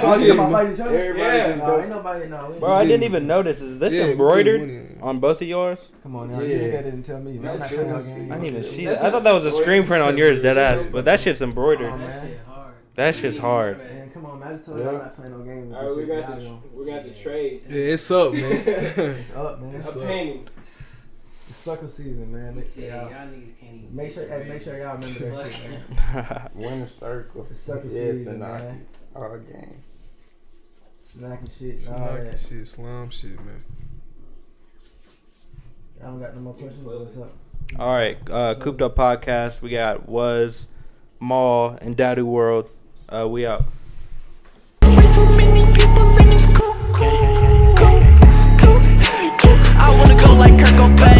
Speaker 1: bro.
Speaker 3: Everybody
Speaker 1: Everybody
Speaker 2: Yeah.
Speaker 1: just go.
Speaker 3: nobody now.
Speaker 4: Bro, I didn't even notice. Is this
Speaker 7: Yeah, we put
Speaker 4: embroidered
Speaker 7: money in.
Speaker 4: on both of yours?
Speaker 3: Come on
Speaker 1: now, you ain't gotta
Speaker 3: tell me.
Speaker 1: man. I'm not trying to argue
Speaker 4: I didn't even see
Speaker 2: That's
Speaker 4: that. I thought that was a screen print on yours, dead ass. But that shit's
Speaker 3: Oh,
Speaker 4: embroidered.
Speaker 3: man.
Speaker 5: That shit hard.
Speaker 4: That shit's hard.
Speaker 3: Man, come on, man. I just
Speaker 1: told you I'm
Speaker 3: not playing no game.
Speaker 2: All right, we're going to tr- we're going to trade
Speaker 7: Yeah, it's up, man.
Speaker 3: It's up, man.
Speaker 2: a
Speaker 7: It's up.
Speaker 2: painting.
Speaker 3: sucker season, man.
Speaker 5: Let me say, y'all niggas can't even.
Speaker 3: Make sure, hey, make sure y'all remember that shit, man.
Speaker 1: Winner circle.
Speaker 3: The sucker
Speaker 1: Yes,
Speaker 3: season,
Speaker 1: and I.
Speaker 3: man.
Speaker 1: All game.
Speaker 3: Snacking shit,
Speaker 7: It's
Speaker 3: and all
Speaker 7: knocking
Speaker 3: that.
Speaker 7: shit, slime shit, man.
Speaker 3: I don't got no more questions. but What's up?
Speaker 4: All right, uh, cooped up podcast. We got was, Maul, and Daddy World. Uh, we out.
Speaker 1: Way too many people in this group. I wanna go like Kirk Cobain.